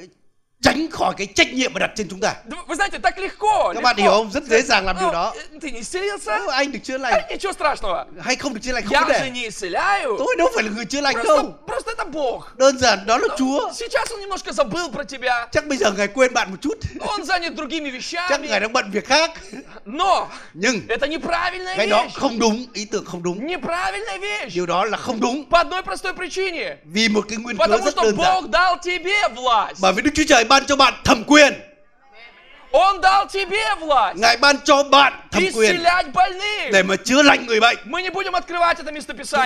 tránh khỏi cái trách nhiệm mà đặt trên chúng ta
Да Вы вы знаете, так легко.
các
легко.
bạn hiểu không rất dễ dàng làm điều
Ну,
đó
э, Ты не исцелился?
Ờ, anh được chữa lành
Да Ничего страшного.
hay không được chữa lành không vấn
Я же
đề
не исцеляю.
tôi đâu phải là người chữa lành
Просто,
đâu
просто это Бог.
đơn giản đó là chúa
Сейчас он немножко забыл про тебя.
chắc bây giờ ngài quên bạn một chút
Он занят другими
chắc ngài
вещами.
đang bận việc khác
Но
nhưng
это неправильная
cái đó
вещь.
không đúng ý tưởng không đúng
Неправильная вещь.
điều đó là không đúng
По одной простой причине.
vì một cái nguyên cớ
Потому
rất
что
đơn giản
Бог дал тебе власть.
bởi vì đức chúa trời ban cho bạn thẩm quyền
Он дал тебе власть
Ngài ban cho bạn thẩm quyền
исцелять
để
больных.
mà chữa lành người bệnh.
Мы не будем открывать это
Chúng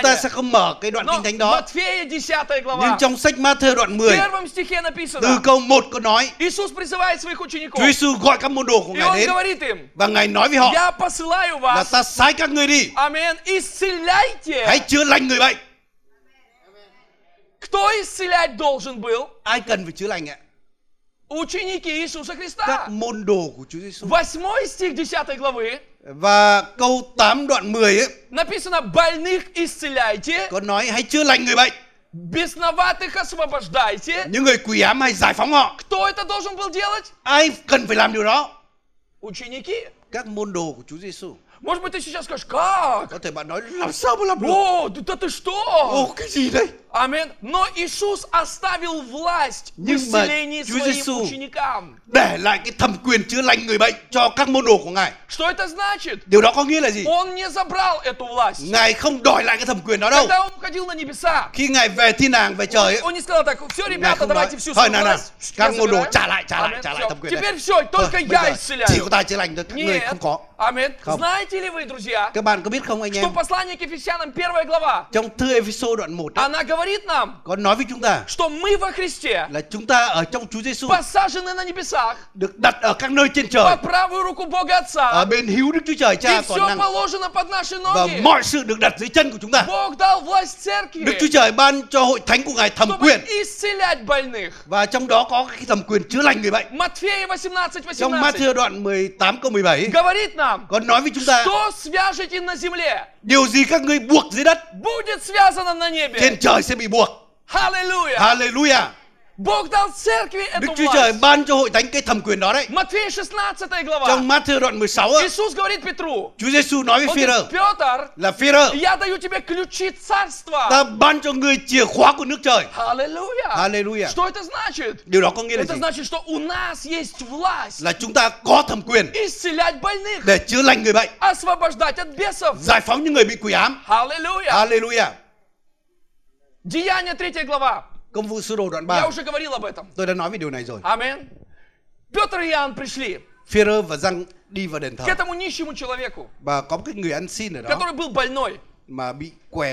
ta sẽ
местописание.
không mở cái đoạn
Но
kinh thánh đó.
Матфея 10
Nhưng
глава,
trong sách Matthew đoạn
в
10,
первом стихе
từ
написано,
câu 1 có nói,
Иисус призывает своих
Chúa
учеников,
Giêsu gọi các môn đồ của
и
Ngài
Он
đến
говорит им,
và Ngài nói với họ
я посылаю
là
вас,
ta sai các ngươi đi,
амин,
hãy
исцеляйте.
chữa lành người bệnh.
Кто исцелять должен был?
Ai cần phải chữa lành ạ? Dạ.
Ученики Иисуса Христа.
Các môn đồ của Chúa Giêsu.
Восьмой стих 10 главы
Và câu 8 đoạn 10 ấy
написано «Больных исцеляйте,
có nói hãy chữa lành người bệnh,
бесноватых освобождайте».
những người quỷ ám hãy giải phóng họ.
Кто это должен был делать?
Ai cần phải làm điều đó?
Ученики.
Các môn đồ của Chúa Giêsu.
Может быть, ты сейчас скажешь, как?
Có thể bạn nói làm sao mà làm được?
О, да, да ты что?
Ồ cái gì đây?
Амин. Но Иисус оставил власть в
Не знаю,
исцелении
Иисус
своим
Иисус.
ученикам.
Để lại cái thẩm quyền chữa lành người bệnh cho các môn đồ của Ngài.
Что это значит?
Điều đó có nghĩa là gì?
Он не забрал эту власть.
Ngài không đòi lại cái thẩm quyền đó đâu.
Когда он уходил на небеса,
Khi Ngài về thiên hàng về trời ấy,
он не сказал так, все,
Ngài
ребята,
không nói
давайте всю
Thôi
свою
nào nào,
власть. я
các môn đồ
забираю».
trả lại, trả lại,
Amen,
trả lại
всё.
thẩm quyền
Теперь
này.
все, только
Thôi, Ờ, bây
я
giờ Chỉ
исцеляю.
có ta chữa lành thôi, các người
Нет.
không có.
Амин.
Không.
Знаете ли вы, друзья,
Các bạn có biết không anh em?
что послание к Ефесянам, первая глава,
Trong thư Ephesos đoạn 1 ấy,
она говорит нам,
có nói với chúng ta
что мы во Христе
là chúng ta ở trong Chúa Giêsu
посажены на небесах
được đặt ở các nơi trên
по
trời,
правую руку Бога
ở
Отца,
bên hữu Đức Chúa Trời
и
Cha toàn
все
năng
положено под наши
và
ноги.
mọi sự được đặt dưới chân của chúng ta.
Бог дал власть
Đức Chúa
церкви,
Trời ban cho hội thánh của Ngài thẩm
чтобы
quyền
исцелять больных.
và trong đó có cái thẩm quyền chữa lành người bệnh.
Матфея 18,
Trong
18
Matthew đoạn 18 câu 17 ấy,
говорит нам,
có nói với chúng ta
Что свяжете на земле,
điều gì các ngươi buộc dưới đất
будет связано на
trên
небе.
trời sẽ bị buộc.
Аллилуйя!
Hallelujah.
Бог дал церкви
Đức
эту
Chúa Trời
власть.
ban cho hội thánh cái thẩm quyền đó đấy.
Матфея 16
Trong
глава.
Matthew đoạn 16 ấy,
Иисус говорит Петру,
Chúa Giêsu nói với
он говорит,
Phi-rơ
Петр,
là Phi-rơ
я даю тебе ключи царства.
ta ban cho ngươi chìa khóa của nước trời.
Аллилуйя!
Hallelujah.
Что это значит?
Điều đó có nghĩa là
Это
gì?
значит, что у нас есть власть
Là chúng ta có thẩm quyền
исцелять больных,
để chữa lành người bệnh,
освобождать от бесов.
giải phóng những người bị quỷ ám. Dạ.
Аллилуйя!
Hallelujah.
Деяния 3 глава.
Công vụ sứ đồ đoạn
Я
3.
уже говорил об этом.
Tôi đã nói về điều này rồi.
Аминь. Петр и Иоанn пришли.
Phi-rơ và răng đi vào đền thờ
к этому нищему человеку,
và có một cái người ăn xin ở đó
который был больной.
mà bị què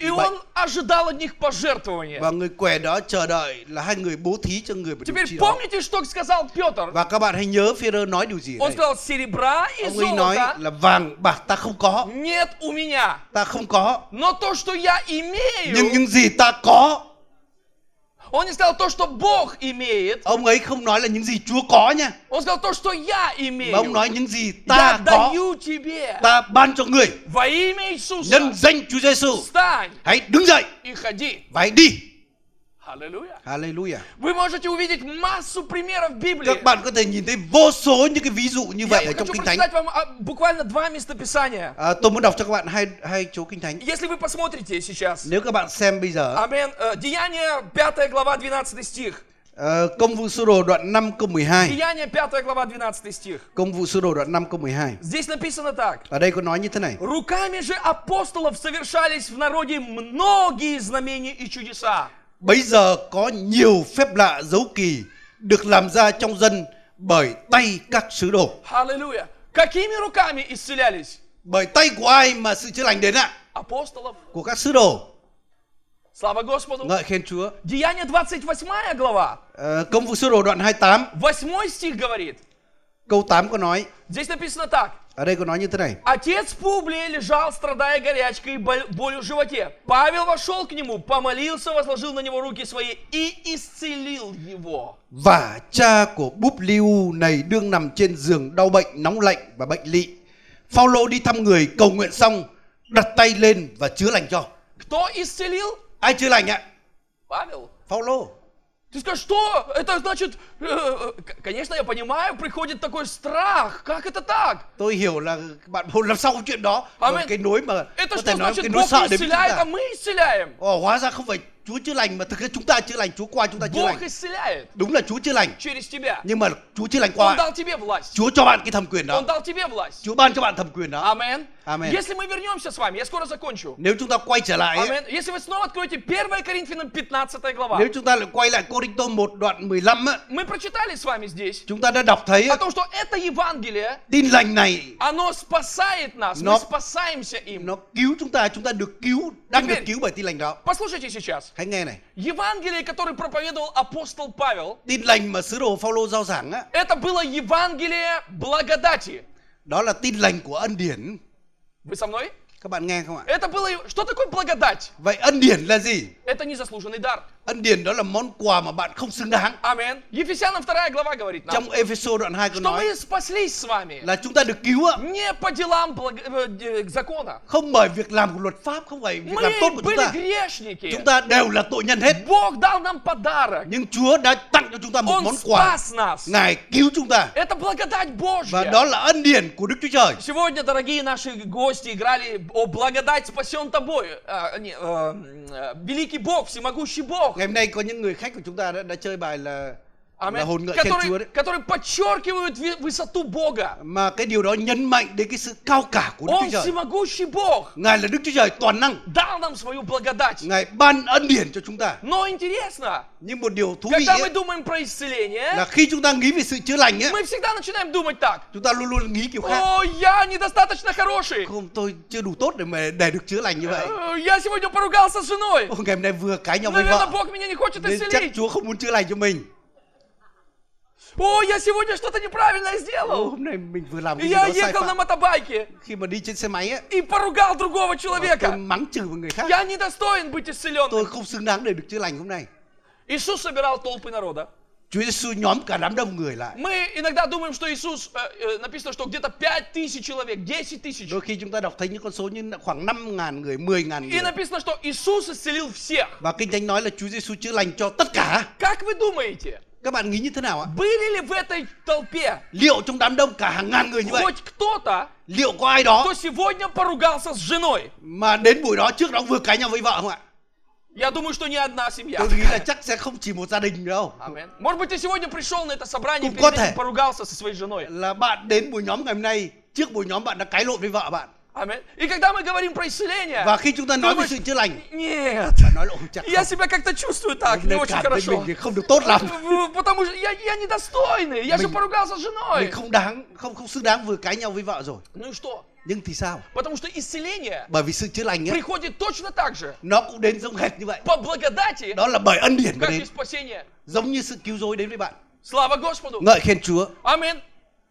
И
bị bệnh.
он ожидал от них пожертвования.
và người què đó chờ đợi là hai người bố thí cho người bị điều trị
Теперь
đó.
помните, что сказал Петр?
Và các bạn hãy nhớ Phi-rơ nói điều gì ở
Он
đây?
сказал, серебра и
Ông ấy nói
золота
là vàng bạc ta không có,
нет у меня,
ta không có,
но то, что я
nhưng
имею,
những gì ta có
он не сказал то, что Бог имеет,
Ông ấy không nói là những gì Chúa có nha
он сказал то, что я
Mà ông
имею.
nói những gì ta
Я
có
даю тебе
Ta ban cho người
во имя Иисуса.
Nhân danh Chúa Giêsu
Встань
Hãy đứng dậy
и ходи.
và hãy đi
Аллилуйя.
Hallelujah
Вы можете увидеть массу примеров в Библии.
Các bạn có thể nhìn thấy vô số những cái ví dụ như vậy
Я
ở trong
хочу
Kinh Thánh
прочитать вам а, буквально два местописания.
à, Tôi muốn đọc cho các bạn hai, hai chỗ Kinh Thánh
Если вы посмотрите сейчас,
Nếu các bạn xem bây giờ
Амен, э, Деяние 5 глава 12 стих.
ờ, Công vụ sơ đồ đoạn 5 câu 12
Деяние 5 глава 12 стих.
Công vụ sơ đồ đoạn 5 câu 12
Здесь написано так.
Ở đây có nói như thế này
Руками же апостолов совершались в народе многие знамения и чудеса.
Bây giờ có nhiều phép lạ dấu kỳ Được làm ra trong dân bởi tay các sứ đồ
Аллилуйя. Какими руками исцелялись?
Bởi tay của ai mà sự chữa lành đến ạ?
Апостолов.
của các sứ đồ
Слава Господу.
ngợi khen Chúa.
Деяние 28 глава.
Ờ, công vụ sứ đồ đoạn 28
8 стих говорит.
câu 8 có nói
Здесь написано так.
ở đây có nói như thế này.
Отец Публий лежал, страдая горячкой и бол- болью в животе. Павел вошел к нему, помолился, возложил на него руки свои и исцелил его.
Và cha của Búp Liu này đương nằm trên giường đau bệnh nóng lạnh và bệnh lị. Phaolô đi thăm người cầu nguyện xong đặt tay lên và chữa lành cho.
Кто исцелил?
Ai chữa lành ạ?
Павел.
Phaolô.
Ты скажешь, что? Это значит, э, э, к- конечно, я понимаю, приходит такой страх. Как это так?
Tôi hiểu là bạn Paul làm sao có chuyện đó. Còn
Amen.
cái nỗi mà
Это
có
что
thể nói là
значит,
cái nỗi
Бог
sợ
не
đến với chúng
исцеляет, а
ta.
мы исцеляем?
Ồ, hóa ra không phải Chúa chữa lành mà thực ra chúng ta chữa lành, Chúa qua chúng ta chữa lành.
Бог исцеляет
Đúng là Chúa chữa lành,
через тебя.
nhưng mà Chúa chữa lành qua.
Он
bạn.
дал тебе власть.
Chúa cho bạn cái thẩm quyền đó.
Он дал тебе власть.
Chúa ban cho bạn thẩm quyền đó.
Амен.
Амен.
Если мы вернемся с вами, я скоро закончу.
Nếu chúng ta quay trở lại, ấy,
Амен. Если вы снова откроете 1 Коринфянам 15 глава.
nếu chúng ta lại quay lại Corinto 1 đoạn 15 á,
Мы прочитали с вами здесь
chúng ta đã đọc thấy á,
о том, что это Евангелие,
tin lành này
оно спасает нас,
Но-
мы спасаемся им.
nó cứu chúng ta, chúng ta được cứu, đang được
Amen.
cứu bởi tin lành đó.
Послушайте сейчас.
Hãy nghe này,
Евангелие, которое проповедовал апостол Павел,
tin lành mà sứ đồ Phaolô giao giảng á,
это было Евангелие благодати.
đó là tin lành của ân điển.
Вы со мной?
Các bạn nghe không ạ?
Это было... Что такое благодать?
Vậy ân điển là gì?
Это незаслуженный дар.
Ân điển đó là món quà mà bạn không xứng đáng.
Амин. Ефесянам 2 глава говорит нам,
Trong Ephesos đoạn 2 có
что
nói
мы спаслись с вами
là chúng ta được cứu ạ,
не по делам благ- э, э, закона.
không bởi việc làm của luật pháp, không phải việc
Мы
làm tốt của chúng
были
ta.
грешники.
Chúng ta đều là tội nhân hết,
Бог дал нам подарок.
nhưng Chúa đã tặng cho chúng ta một món
Он
quà.
спас нас.
Ngài cứu chúng ta
Это благодать
và
Божья.
đó là ân điển của Đức Chúa Trời.
Сегодня, дорогие наши гости, играли «О, благодать спасен тобой». А, не, э, м, э, великий Бог, всемогущий Бог.
Ngày hôm nay có những người khách của chúng ta đã, đã chơi bài là là
Амен.
hồn ngợi khen Chúa
Который,
đấy.
который подчеркивает ви- высоту Бога.
Mà cái điều đó nhấn mạnh đến cái sự cao cả của Đức
Он
Chúa Trời.
всемогущий Бог.
Ngài là Đức Chúa Trời toàn năng.
Дал нам свою благодать.
Ngài ban ân điển cho chúng ta.
Но интересно,
Nhưng một điều thú vị
когда
ấy,
мы думаем про исцеление,
là khi chúng ta nghĩ về sự chữa lành ấy,
мы всегда начинаем думать так.
chúng ta luôn luôn nghĩ kiểu khác.
О, я недостаточно хороший.
Không, tôi chưa đủ tốt để mà để được chữa lành như vậy.
Э, Я сегодня поругался с женой.
Ô, ngày hôm nay vừa cãi nhau với
Наверное,
vợ
Бог меня не хочет
nên chắc
исцелить.
Chúa không muốn chữa lành cho mình.
О, я сегодня что-то неправильное
Ô,
сделал.
hôm nay mình vừa làm
И
cái gì
Я
đó sai
ехал на
phạm
мотобайке
khi mà đi trên xe máy ấy.
и поругал другого
Tôi
человека.
mắng chửi một người khác.
Я недостоин быть
Tôi
исцеленным.
không xứng đáng để được chữa lành hôm nay.
Иисус собирал толпы народа.
Chúa Giêsu nhóm cả đám đông người lại.
Мы иногда думаем, что Иисус, э, э, написано, что где-то 5 тысяч человек, 10 тысяч.
Đôi khi chúng ta đọc thấy những con số như là khoảng 5.000 người, 10.000
И
người.
написано, что Иисус исцелил всех.
Và Kinh Thánh nói là Chúa Giêsu chữa lành cho tất cả.
Как вы думаете,
Các bạn nghĩ như thế nào ạ?
были ли в этой толпе
Liệu trong đám đông cả hàng ngàn người như vậy,
хоть кто-то,
liệu có ai đó
кто сегодня поругался с женой?
mà đến buổi đó trước đó vừa cãi nhau với vợ không ạ?
Я думаю, что не одна семья.
Tôi nghĩ là chắc sẽ không chỉ một gia đình đâu.
Амен. Может быть, ты сегодня пришел на это собрание и
Ну,
перед
коте.
этим поругался со своей женой.
Là bạn đến buổi nhóm ngày hôm nay, trước buổi nhóm bạn đã cãi lộn với vợ bạn.
Аминь. И когда мы говорим про исцеление,
Và khi chúng ta nói về sự chữa lành,
нет,
bạn nói là "Ôi, chắc
я
không,
себя как-то чувствую так,
hôm
не
nay
очень
cảm thấy mình
хорошо.
thì không được tốt lắm.
В- Потому что я, я недостойный, я же
Mình-
поругался с женой.
Mình không đáng, không không xứng đáng vừa cãi nhau với vợ rồi.
Ну и что?
Nhưng thì sao?
Потому что исцеление
Bởi vì sự chữa lành ấy,
приходит точно так же,
nó cũng đến giống hệt như vậy.
по благодати,
Đó là bởi ân điển mà
как
đến,
и спасение.
giống như sự cứu rỗi đến với bạn.
Слава Господу.
Ngợi khen Chúa,
Аминь.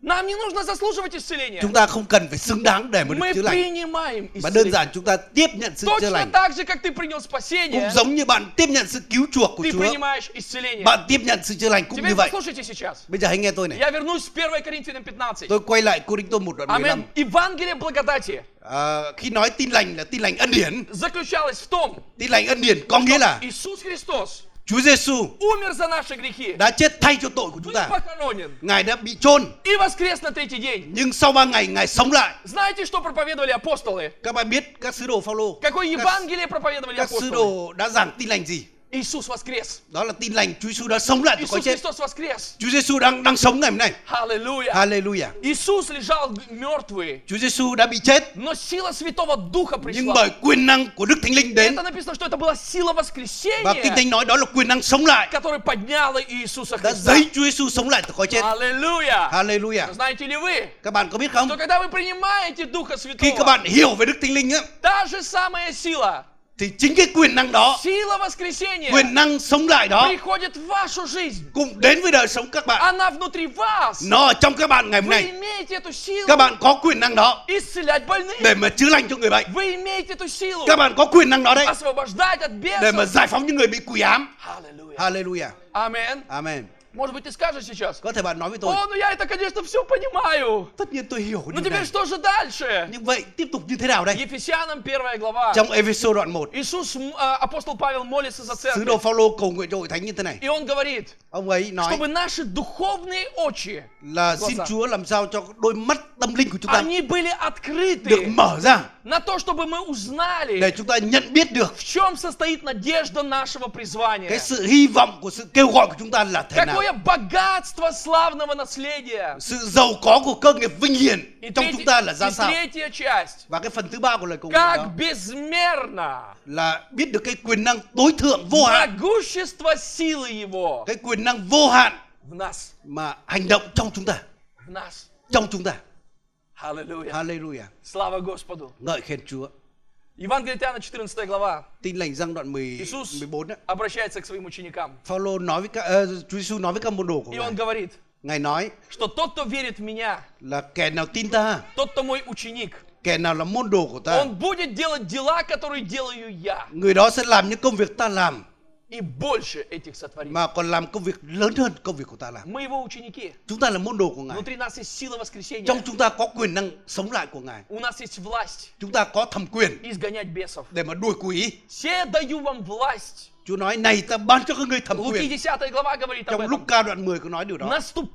Нам не нужно заслуживать исцеления.
chúng ta không cần phải xứng đáng để mà được
Мы
chữa lành.
принимаем
Mà đơn
исцеление.
giản chúng ta tiếp nhận sự chữa
Точно
lành.
так же, как ты принял
Cũng
спасение,
giống như bạn tiếp nhận sự cứu chuộc của
ты
Chúa,
принимаешь исцеление.
bạn tiếp nhận sự chữa lành cũng
Теперь
như vậy.
послушайте сейчас.
Bây giờ hãy nghe tôi này.
Я вернусь в 1 Коринфянам 15.
Tôi quay lại Corinto 1 đoạn 15.
Амин. Евангелие благодати
À, khi nói tin lành là tin lành ân điển.
заключалось в том,
Tin lành ân điển có nghĩa là
Иисус Христос
Chúa Giêsu
умер за наши грехи,
đã chết thay cho tội của chúng
был
ta.
похоронен
Ngài đã bị chôn,
и воскрес на третий день.
nhưng sau 3 ngày Ngài sống lại.
Знаете, что проповедовали апостолы?
Các bạn biết các sứ đồ Phaolô,
Какое
các,
Евангелие проповедовали
các sứ
апостолы?
đồ đã giảng tin lành gì?
Iisus воскрес.
Đó là tin lành Chúa Giêsu đã sống lại từ cõi
Иисус
chết.
Христос воскрес.
Chúa Giêsu đang đang sống ngày hôm nay. А
Аллилуйя.
Hallelujah.
Иисус лежал мертвый,
Chúa Giêsu đã bị chết,
но сила Святого Духа
nhưng
пришла.
bởi quyền năng của Đức Thánh Linh
И
đến
это написано, что это была сила
và Kinh
воскресения,
Thánh nói đó là quyền năng sống lại
которая подняла Иисуса
đã
Христа.
giấy Chúa Giêsu sống lại từ cõi chết.
Аллилуйя!
Hallelujah.
Знаете ли вы,
Các bạn có biết không?
что когда вы принимаете Духа
Khi các
Святого,
bạn hiểu về Đức Thánh Linh á,
та же самая сила,
thì chính cái quyền năng đó,
сила воскресения
quyền năng sống lại đó
приходит в вашу жизнь.
cũng đến với đời sống các bạn.
Она внутри вас.
Nó ở trong các bạn ngày hôm
Вы
nay.
имеете эту силу
Các bạn có quyền năng đó
исцелять больных.
để mà chữa lành cho người bệnh.
Вы имеете эту силу
Các bạn có quyền năng đó đấy
освобождать от
để mà
бесов.
giải phóng những người bị quỷ ám.
Аллилуйя.
Hallelujah.
Амен.
Amen.
Может быть, ты скажешь сейчас,
Có thể bạn nói với tôi,
о, ну я это, конечно, все понимаю.
tất nhiên tôi hiểu
Но
điều
теперь
này.
что же дальше?
Nhưng vậy tiếp tục như thế nào đây?
Ефесянам 1 глава.
Trong Ephesos đoạn 1,
Иисус, м, а, апостол Павел молится за
sứ đồ
церковь.
Phaolô cầu nguyện cho hội thánh như thế này.
И он говорит,
Ông ấy nói
чтобы наши духовные очи,
là xin
Cosa?
Chúa làm sao À, cho đôi mắt tâm linh của chúng ta
они были
được
открыты
mở ra
на то, чтобы мы
để
узнали,
chúng ta nhận biết được
в чем состоит надежда нашего призвания.
cái sự hy vọng của sự kêu gọi của chúng ta là thế nào.
Какое богатство славного наследия.
Sự giàu có của cơ nghiệp vinh hiển
И,
trong
треть-
chúng ta là ra
и
sao.
третья часть.
Và cái phần thứ ba của lời cầu nguyện đó
Как безмерно
là biết được cái quyền năng tối thượng vô hạn,
могущество силы Его
cái quyền năng vô hạn
в нас.
mà hành động trong chúng ta,
В нас.
trong chúng ta.
Аллилуйя.
Hallelujah.
Слава Господу.
Ngợi khen Chúa.
Евангелие от Иоанна, 14 глава.
Tin lành răng đoạn 10,
Иисус
14 á.
обращается к своим ученикам.
Phaolô nói với các ờ, Chúa Giêsu nói với các môn đồ của
И
ngài.
он говорит,
Ngài nói
что тот, кто верит в меня,
là kẻ nào tin ta,
тот, кто мой ученик,
kẻ nào là môn đồ của ta,
он будет делать дела, которые делаю я,
người đó sẽ làm những công việc ta làm
и больше этих сотворит.
mà còn làm công việc lớn hơn công việc của ta làm.
Мы его ученики.
Chúng ta là môn đồ của Ngài.
Внутри нас есть сила воскресения.
Trong chúng ta có quyền năng sống lại của Ngài.
У нас есть власть
Chúng ta có thẩm quyền
изгонять бесов.
để mà đuổi quỷ.
Все даю вам власть.
Chúa nói này ta ban cho các ngươi thẩm
Луки
quyền.
10 глава говорит об
Trong lúc
этом.
ca đoạn 10 có nói điều đó.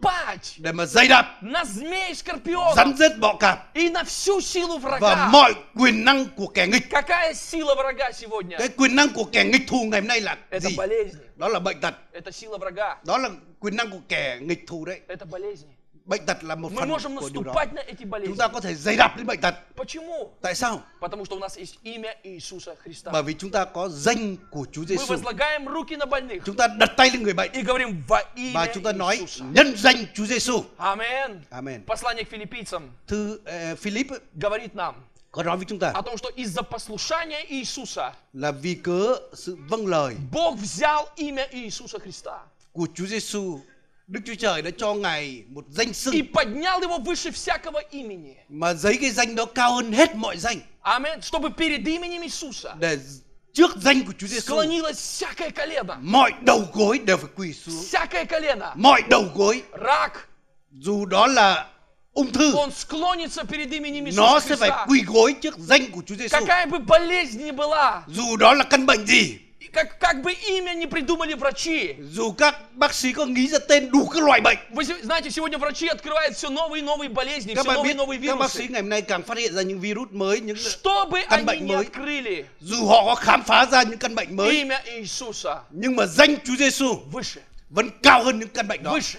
Наступать
Để mà dây đạp,
на змей скорпионов
rắn rết bọ cạp
и на всю силу
và
врага.
mọi quyền năng của kẻ nghịch.
Какая сила врага сегодня?
Cái quyền năng của kẻ nghịch thù ngày hôm nay là
Это
gì?
болезни.
Đó là bệnh tật.
Это сила врага.
Đó là quyền năng của kẻ nghịch thù đấy.
Это болезни.
Bệnh tật là một
Мы
phần
можем
của điều đó.
наступать на эти
Chúng
болезни.
ta có thể dây đạp đến bệnh tật.
Почему?
Tại sao?
Потому что у нас есть имя Иисуса
Bởi
Христа.
vì chúng ta có danh của Chúa
Мы
Giêsu.
возлагаем руки на больных
Chúng ta đặt tay lên người bệnh
и говорим во имя
và chúng ta nói
Иисуса.
nhân danh Chúa Giêsu.
Амен.
Amen.
Послание к филиппийцам
Thư ờ, Philip ấy,
говорит нам
có nói với chúng ta
о том, что из-за послушания Иисуса
là vì cớ sự vâng lời
Бог взял имя Иисуса Христа
của Chúa Giêsu, Đức Chúa Trời đã cho ngài một danh
и
xưng
поднял его выше всякого имени.
mà giấy cái danh đó cao hơn hết mọi danh
Амен. Чтобы перед именем Иисуса
để trước danh của Chúa Giêsu
склонилось всякое колено.
mọi đầu gối đều phải quỳ xuống
Всякое колено.
mọi đầu gối
Рак,
dù đó là ung thư
он склонится перед именем
nó
Иисуса
sẽ phải
Христа.
quỳ gối trước danh của Chúa Giêsu
Какая бы болезнь ни была,
dù đó là căn bệnh gì
и как, как бы имя не придумали врачи.
dù các bác sĩ có nghĩ ra tên đủ các loại bệnh
Вы се- знаете, сегодня врачи открывают все новые и новые болезни,
các
все
bạn
новые и
biết
новые
các bác sĩ
вирусы.
ngày hôm nay càng phát hiện ra những virus mới những
Что бы
Căn
они
bệnh
не
mới.
открыли,
dù họ có khám phá ra những căn bệnh mới
имя Иисуса
nhưng mà danh Chúa Giêsu
выше,
vẫn cao hơn những căn bệnh đó
выше.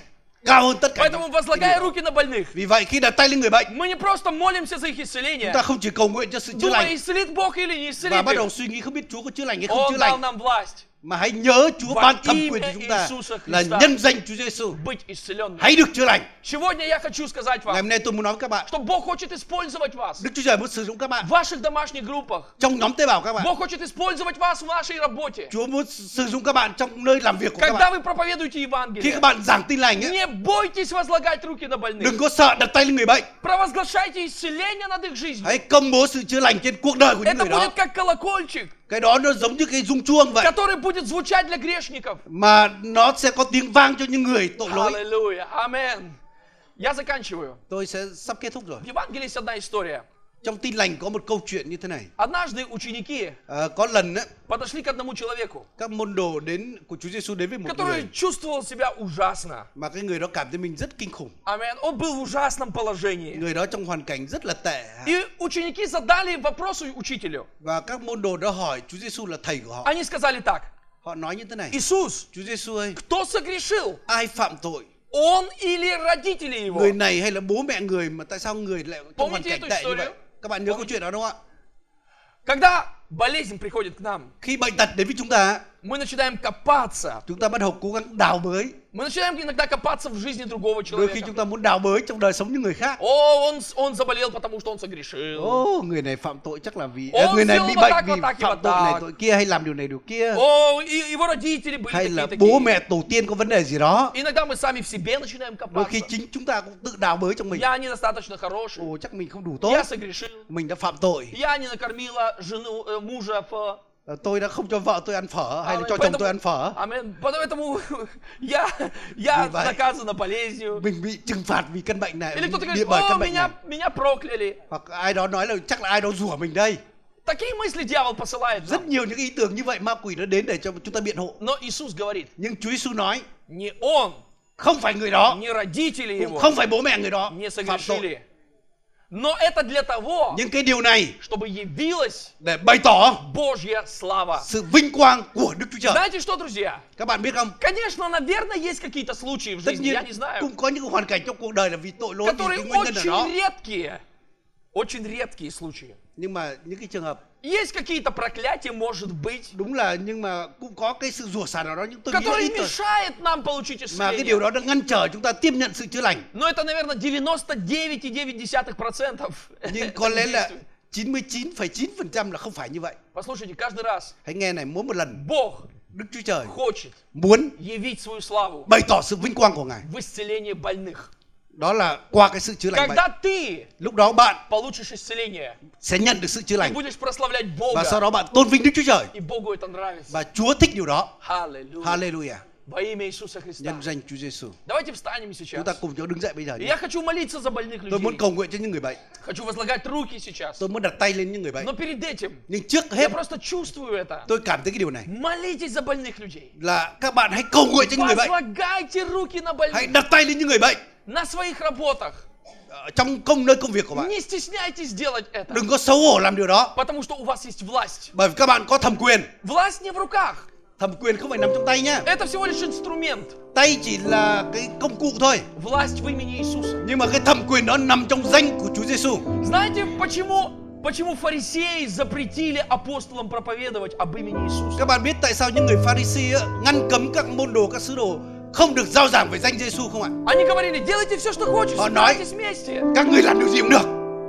cao hơn tất cả
Поэтому,
những-
возлагая руки на больных,
vì vậy khi đặt tay lên người bệnh
мы не просто молимся за их исцеление,
chúng ta không chỉ cầu nguyện cho sự chữa
думая,
lành
исцелит Бог или не исцелит
và bắt đầu
их.
suy nghĩ không biết Chúa có chữa lành hay không
Он
chữa
дал
lành
нам власть
mà hãy nhớ Chúa
Và
ban thẩm
im
quyền cho
e
chúng ta
Isusa
là
Christa.
nhân danh Chúa Giêsu
быть исцеленным.
hãy được chữa lành
Сегодня я хочу сказать
ngày
вам,
hôm nay tôi muốn nói với các bạn
что Бог хочет использовать вас
Đức Chúa Trời muốn sử dụng các bạn
в ваших домашних группах.
trong nhóm tế bào các bạn
Бог хочет использовать вас в вашей работе.
Chúa muốn sử dụng các bạn trong nơi làm việc của các
Когда
bạn
вы проповедуете
khi các
Евангелие,
bạn giảng tin lành ấy,
не бойтесь возлагать руки на больных.
đừng có sợ đặt tay lên người bệnh
Провозглашайте исцеление над их жизнью.
hãy công bố sự chữa lành trên cuộc đời của những
Это
người đó
будет как колокольчик,
cái đó nó giống như cái rung chuông vậy
который будет звучать для грешников.
mà nó sẽ có tiếng vang cho những người tội lỗi
Аллилуйя. Амен. Я заканчиваю.
tôi sẽ sắp kết thúc rồi
В Евангелии есть одна история.
trong tin lành có một câu chuyện như thế này
Однажды ученики
Ờ, có lần ấy,
подошли к одному человеку,
các môn đồ đến của Chúa Giêsu đến với một người
который чувствовал себя ужасно.
mà cái người đó cảm thấy mình rất kinh khủng
Амен. Он был в ужасном положении.
người đó trong hoàn cảnh rất là tệ
И ученики задали вопрос у- учителю.
và các môn đồ đã hỏi Chúa Giêsu là thầy của họ
Они сказали так.
họ nói như thế này
Иисус,
Chúa Giêsu ơi
кто согрешил?
ai phạm tội
Он или родители его?
người này hay là bố mẹ người mà tại sao người lại trong
Bỗng
hoàn
nhiên
cảnh
tôi
tệ như
sorry.
vậy các bạn nhớ câu chuyện đó đúng không ạ
Когда болезнь приходит к нам,
khi bệnh tật đến với chúng ta
мы начинаем копаться.
chúng ta bắt đầu cố gắng đào bới
Мы начинаем иногда копаться в жизни другого
đôi khi chúng
человека.
ta muốn đào bới trong đời sống những người khác
О, он, с- он заболел, потому что он согрешил.
ô người này phạm tội chắc là vì
Ôi,
à, người này
siêu
bị
mà
bệnh
tắc,
vì
mà tắc,
phạm
mà
tội này
tắc.
tội kia hay làm điều này điều kia
О, и его родители были
hay là
такие,
bố
такие.
mẹ tổ tiên có vấn đề gì đó
Иногда мы сами в себе начинаем
đôi khi
копаться.
chính chúng ta cũng tự đào bới trong mình
Я недостаточно хороший.
ồ chắc mình không đủ tốt
Я согрешил.
mình đã phạm tội
Я не накормила жену, э, мужа в...
Ờ, tôi đã không cho vợ tôi ăn phở hay là cho chồng
Поэтому-
tôi ăn phở
Амен. Поэтому я, я
Vì vậy-
наказана болезнью.
mình bị trừng phạt vì căn bệnh này
Или кто-то
bị
говорит,
bởi
о,
căn bệnh này
меня, меня прокляли.
hoặc ai đó nói là chắc là ai đó rủa mình đây
Такие мысли дьявол посылает
rất
нам.
nhiều những ý tưởng như vậy ma quỷ nó đến để cho chúng ta biện hộ
Но Иисус говорит,
nhưng Chúa Giêsu nói
Не он,
không phải người đó
не родители
cũng
его
không phải bố mẹ người đó
не
phạm tội
согрешили. Но это для того,
nhưng cái điều này
чтобы явилась
để bày tỏ
Божья слава.
sự vinh quang của Đức Chúa Trời
Знаете что, друзья?
các bạn biết không
Конечно, наверное, есть какие-то случаи в
tất
жизни,
nhiên
я не знаю,
cũng có những hoàn cảnh trong cuộc đời là vì tội lỗi vì
которые
cái nguyên nhân nào đó
очень редкие. Очень редкие случаи.
nhưng mà những cái trường hợp
Есть какие-то проклятия, может быть,
đúng là nhưng mà cũng có cái sự rủa xả nào đó nhưng tôi nghĩ là
которые
ít thôi.
мешают нам получить
mà cái điều
исцеление.
đó đã ngăn trở chúng ta tiếp nhận sự chữa lành
Но это, наверное, 99,9%.
nhưng có lẽ là
действует.
99,9% là không phải như vậy
Послушайте, каждый раз
hãy nghe này mỗi một lần
Бог
Đức Chúa Trời
хочет
muốn
явить свою славу
bày tỏ sự vinh quang của Ngài
в исцелении больных.
đó là qua cái sự chữa lành bệnh
Когда ты
lúc đó bạn
получишь исцеление,
sẽ nhận được sự chữa
ты
lành
будешь прославлять
và sau
Бога,
đó bạn tôn vinh Đức Chúa Trời
и Богу это нравится.
và Chúa thích điều đó
Аллилуйя.
Hallelujah
Во имя Иисуса Христа.
nhân danh Chúa Giêsu
Давайте
chúng
встанем сейчас.
ta cùng nhau đứng dậy bây giờ
И
đi.
Я хочу молиться за больных
tôi muốn
людей.
cầu nguyện cho những người bệnh
Хочу возлагать руки сейчас.
tôi muốn đặt tay lên những người bệnh
Но перед этим
nhưng trước hết
я просто чувствую это.
tôi cảm thấy cái điều này
Молитесь за больных людей.
là các bạn hãy cầu nguyện cho những người bệnh
Возлагайте руки на
hãy
больных,
đặt tay lên những người bệnh
на своих работах.
ờ, trong công nơi công việc của bạn
Не стесняйтесь делать это,
đừng có xấu hổ làm điều đó
потому что у вас есть власть.
bởi vì các bạn có thẩm quyền
Власть не в руках.
thẩm quyền không phải nằm trong tay nhá
Это всего лишь инструмент.
tay chỉ là cái công cụ thôi
Власть в имени Иисуса.
nhưng mà cái thẩm quyền đó nằm trong danh của Chúa Giêsu
Знаете, почему, почему фарисеи запретили апостолам проповедовать об имени Иисуsa?
các bạn biết tại sao những người Pharisee á, ngăn cấm các môn đồ các sứ đồ không được giao giảng về danh Giêsu không ạ
Они говорили, делайте все, что хотите,
Он nói-
собирайтесь вместе,
các người làm điều gì cũng được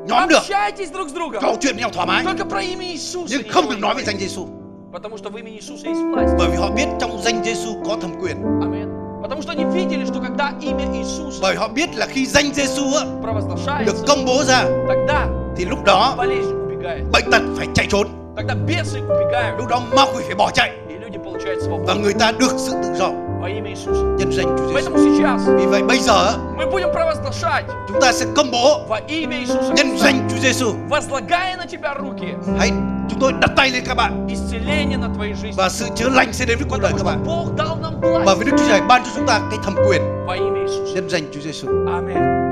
nhóm được
общайтесь друг с другом.
câu chuyện với nhau thoải mái
Только про имя Иисуса.
nhưng
не
không được nói về
говорите.
danh Giêsu
Потому что в имени Иисуса есть власть.
bởi vì họ biết trong danh Giêsu có thẩm quyền
Амин. Потому что они видели, что когда имя Иисуса
bởi họ biết là khi danh Giêsu á, được
провозглашается,
công bố ra
тогда
thì lúc đó
болезнь убегает.
bệnh tật phải chạy trốn
Тогда бесы убегают.
lúc đó ma quỷ phải bỏ chạy
И люди получают
và
свободу
người ta được sự tự do
во имя Иисуса.
nhân danh Chúa Giêsu
Поэтому сейчас
vì vậy bây giờ á,
мы будем провозглашать
chúng ta sẽ công bố
во имя Иисуса
nhân
Христа,
danh Chúa Giêsu
возлагая на тебя руки,
hãy chúng tôi đặt tay lên các bạn
исцеление на твоей жизни.
và sự chữa lành sẽ đến với cuộc đời
Потому
các
что
bạn
Бог дал нам
bởi
власть
vì Đức Chúa Trời ban cho chúng ta cái thẩm quyền
во имя Иисуса.
nhân danh Chúa Giêsu
Аминь.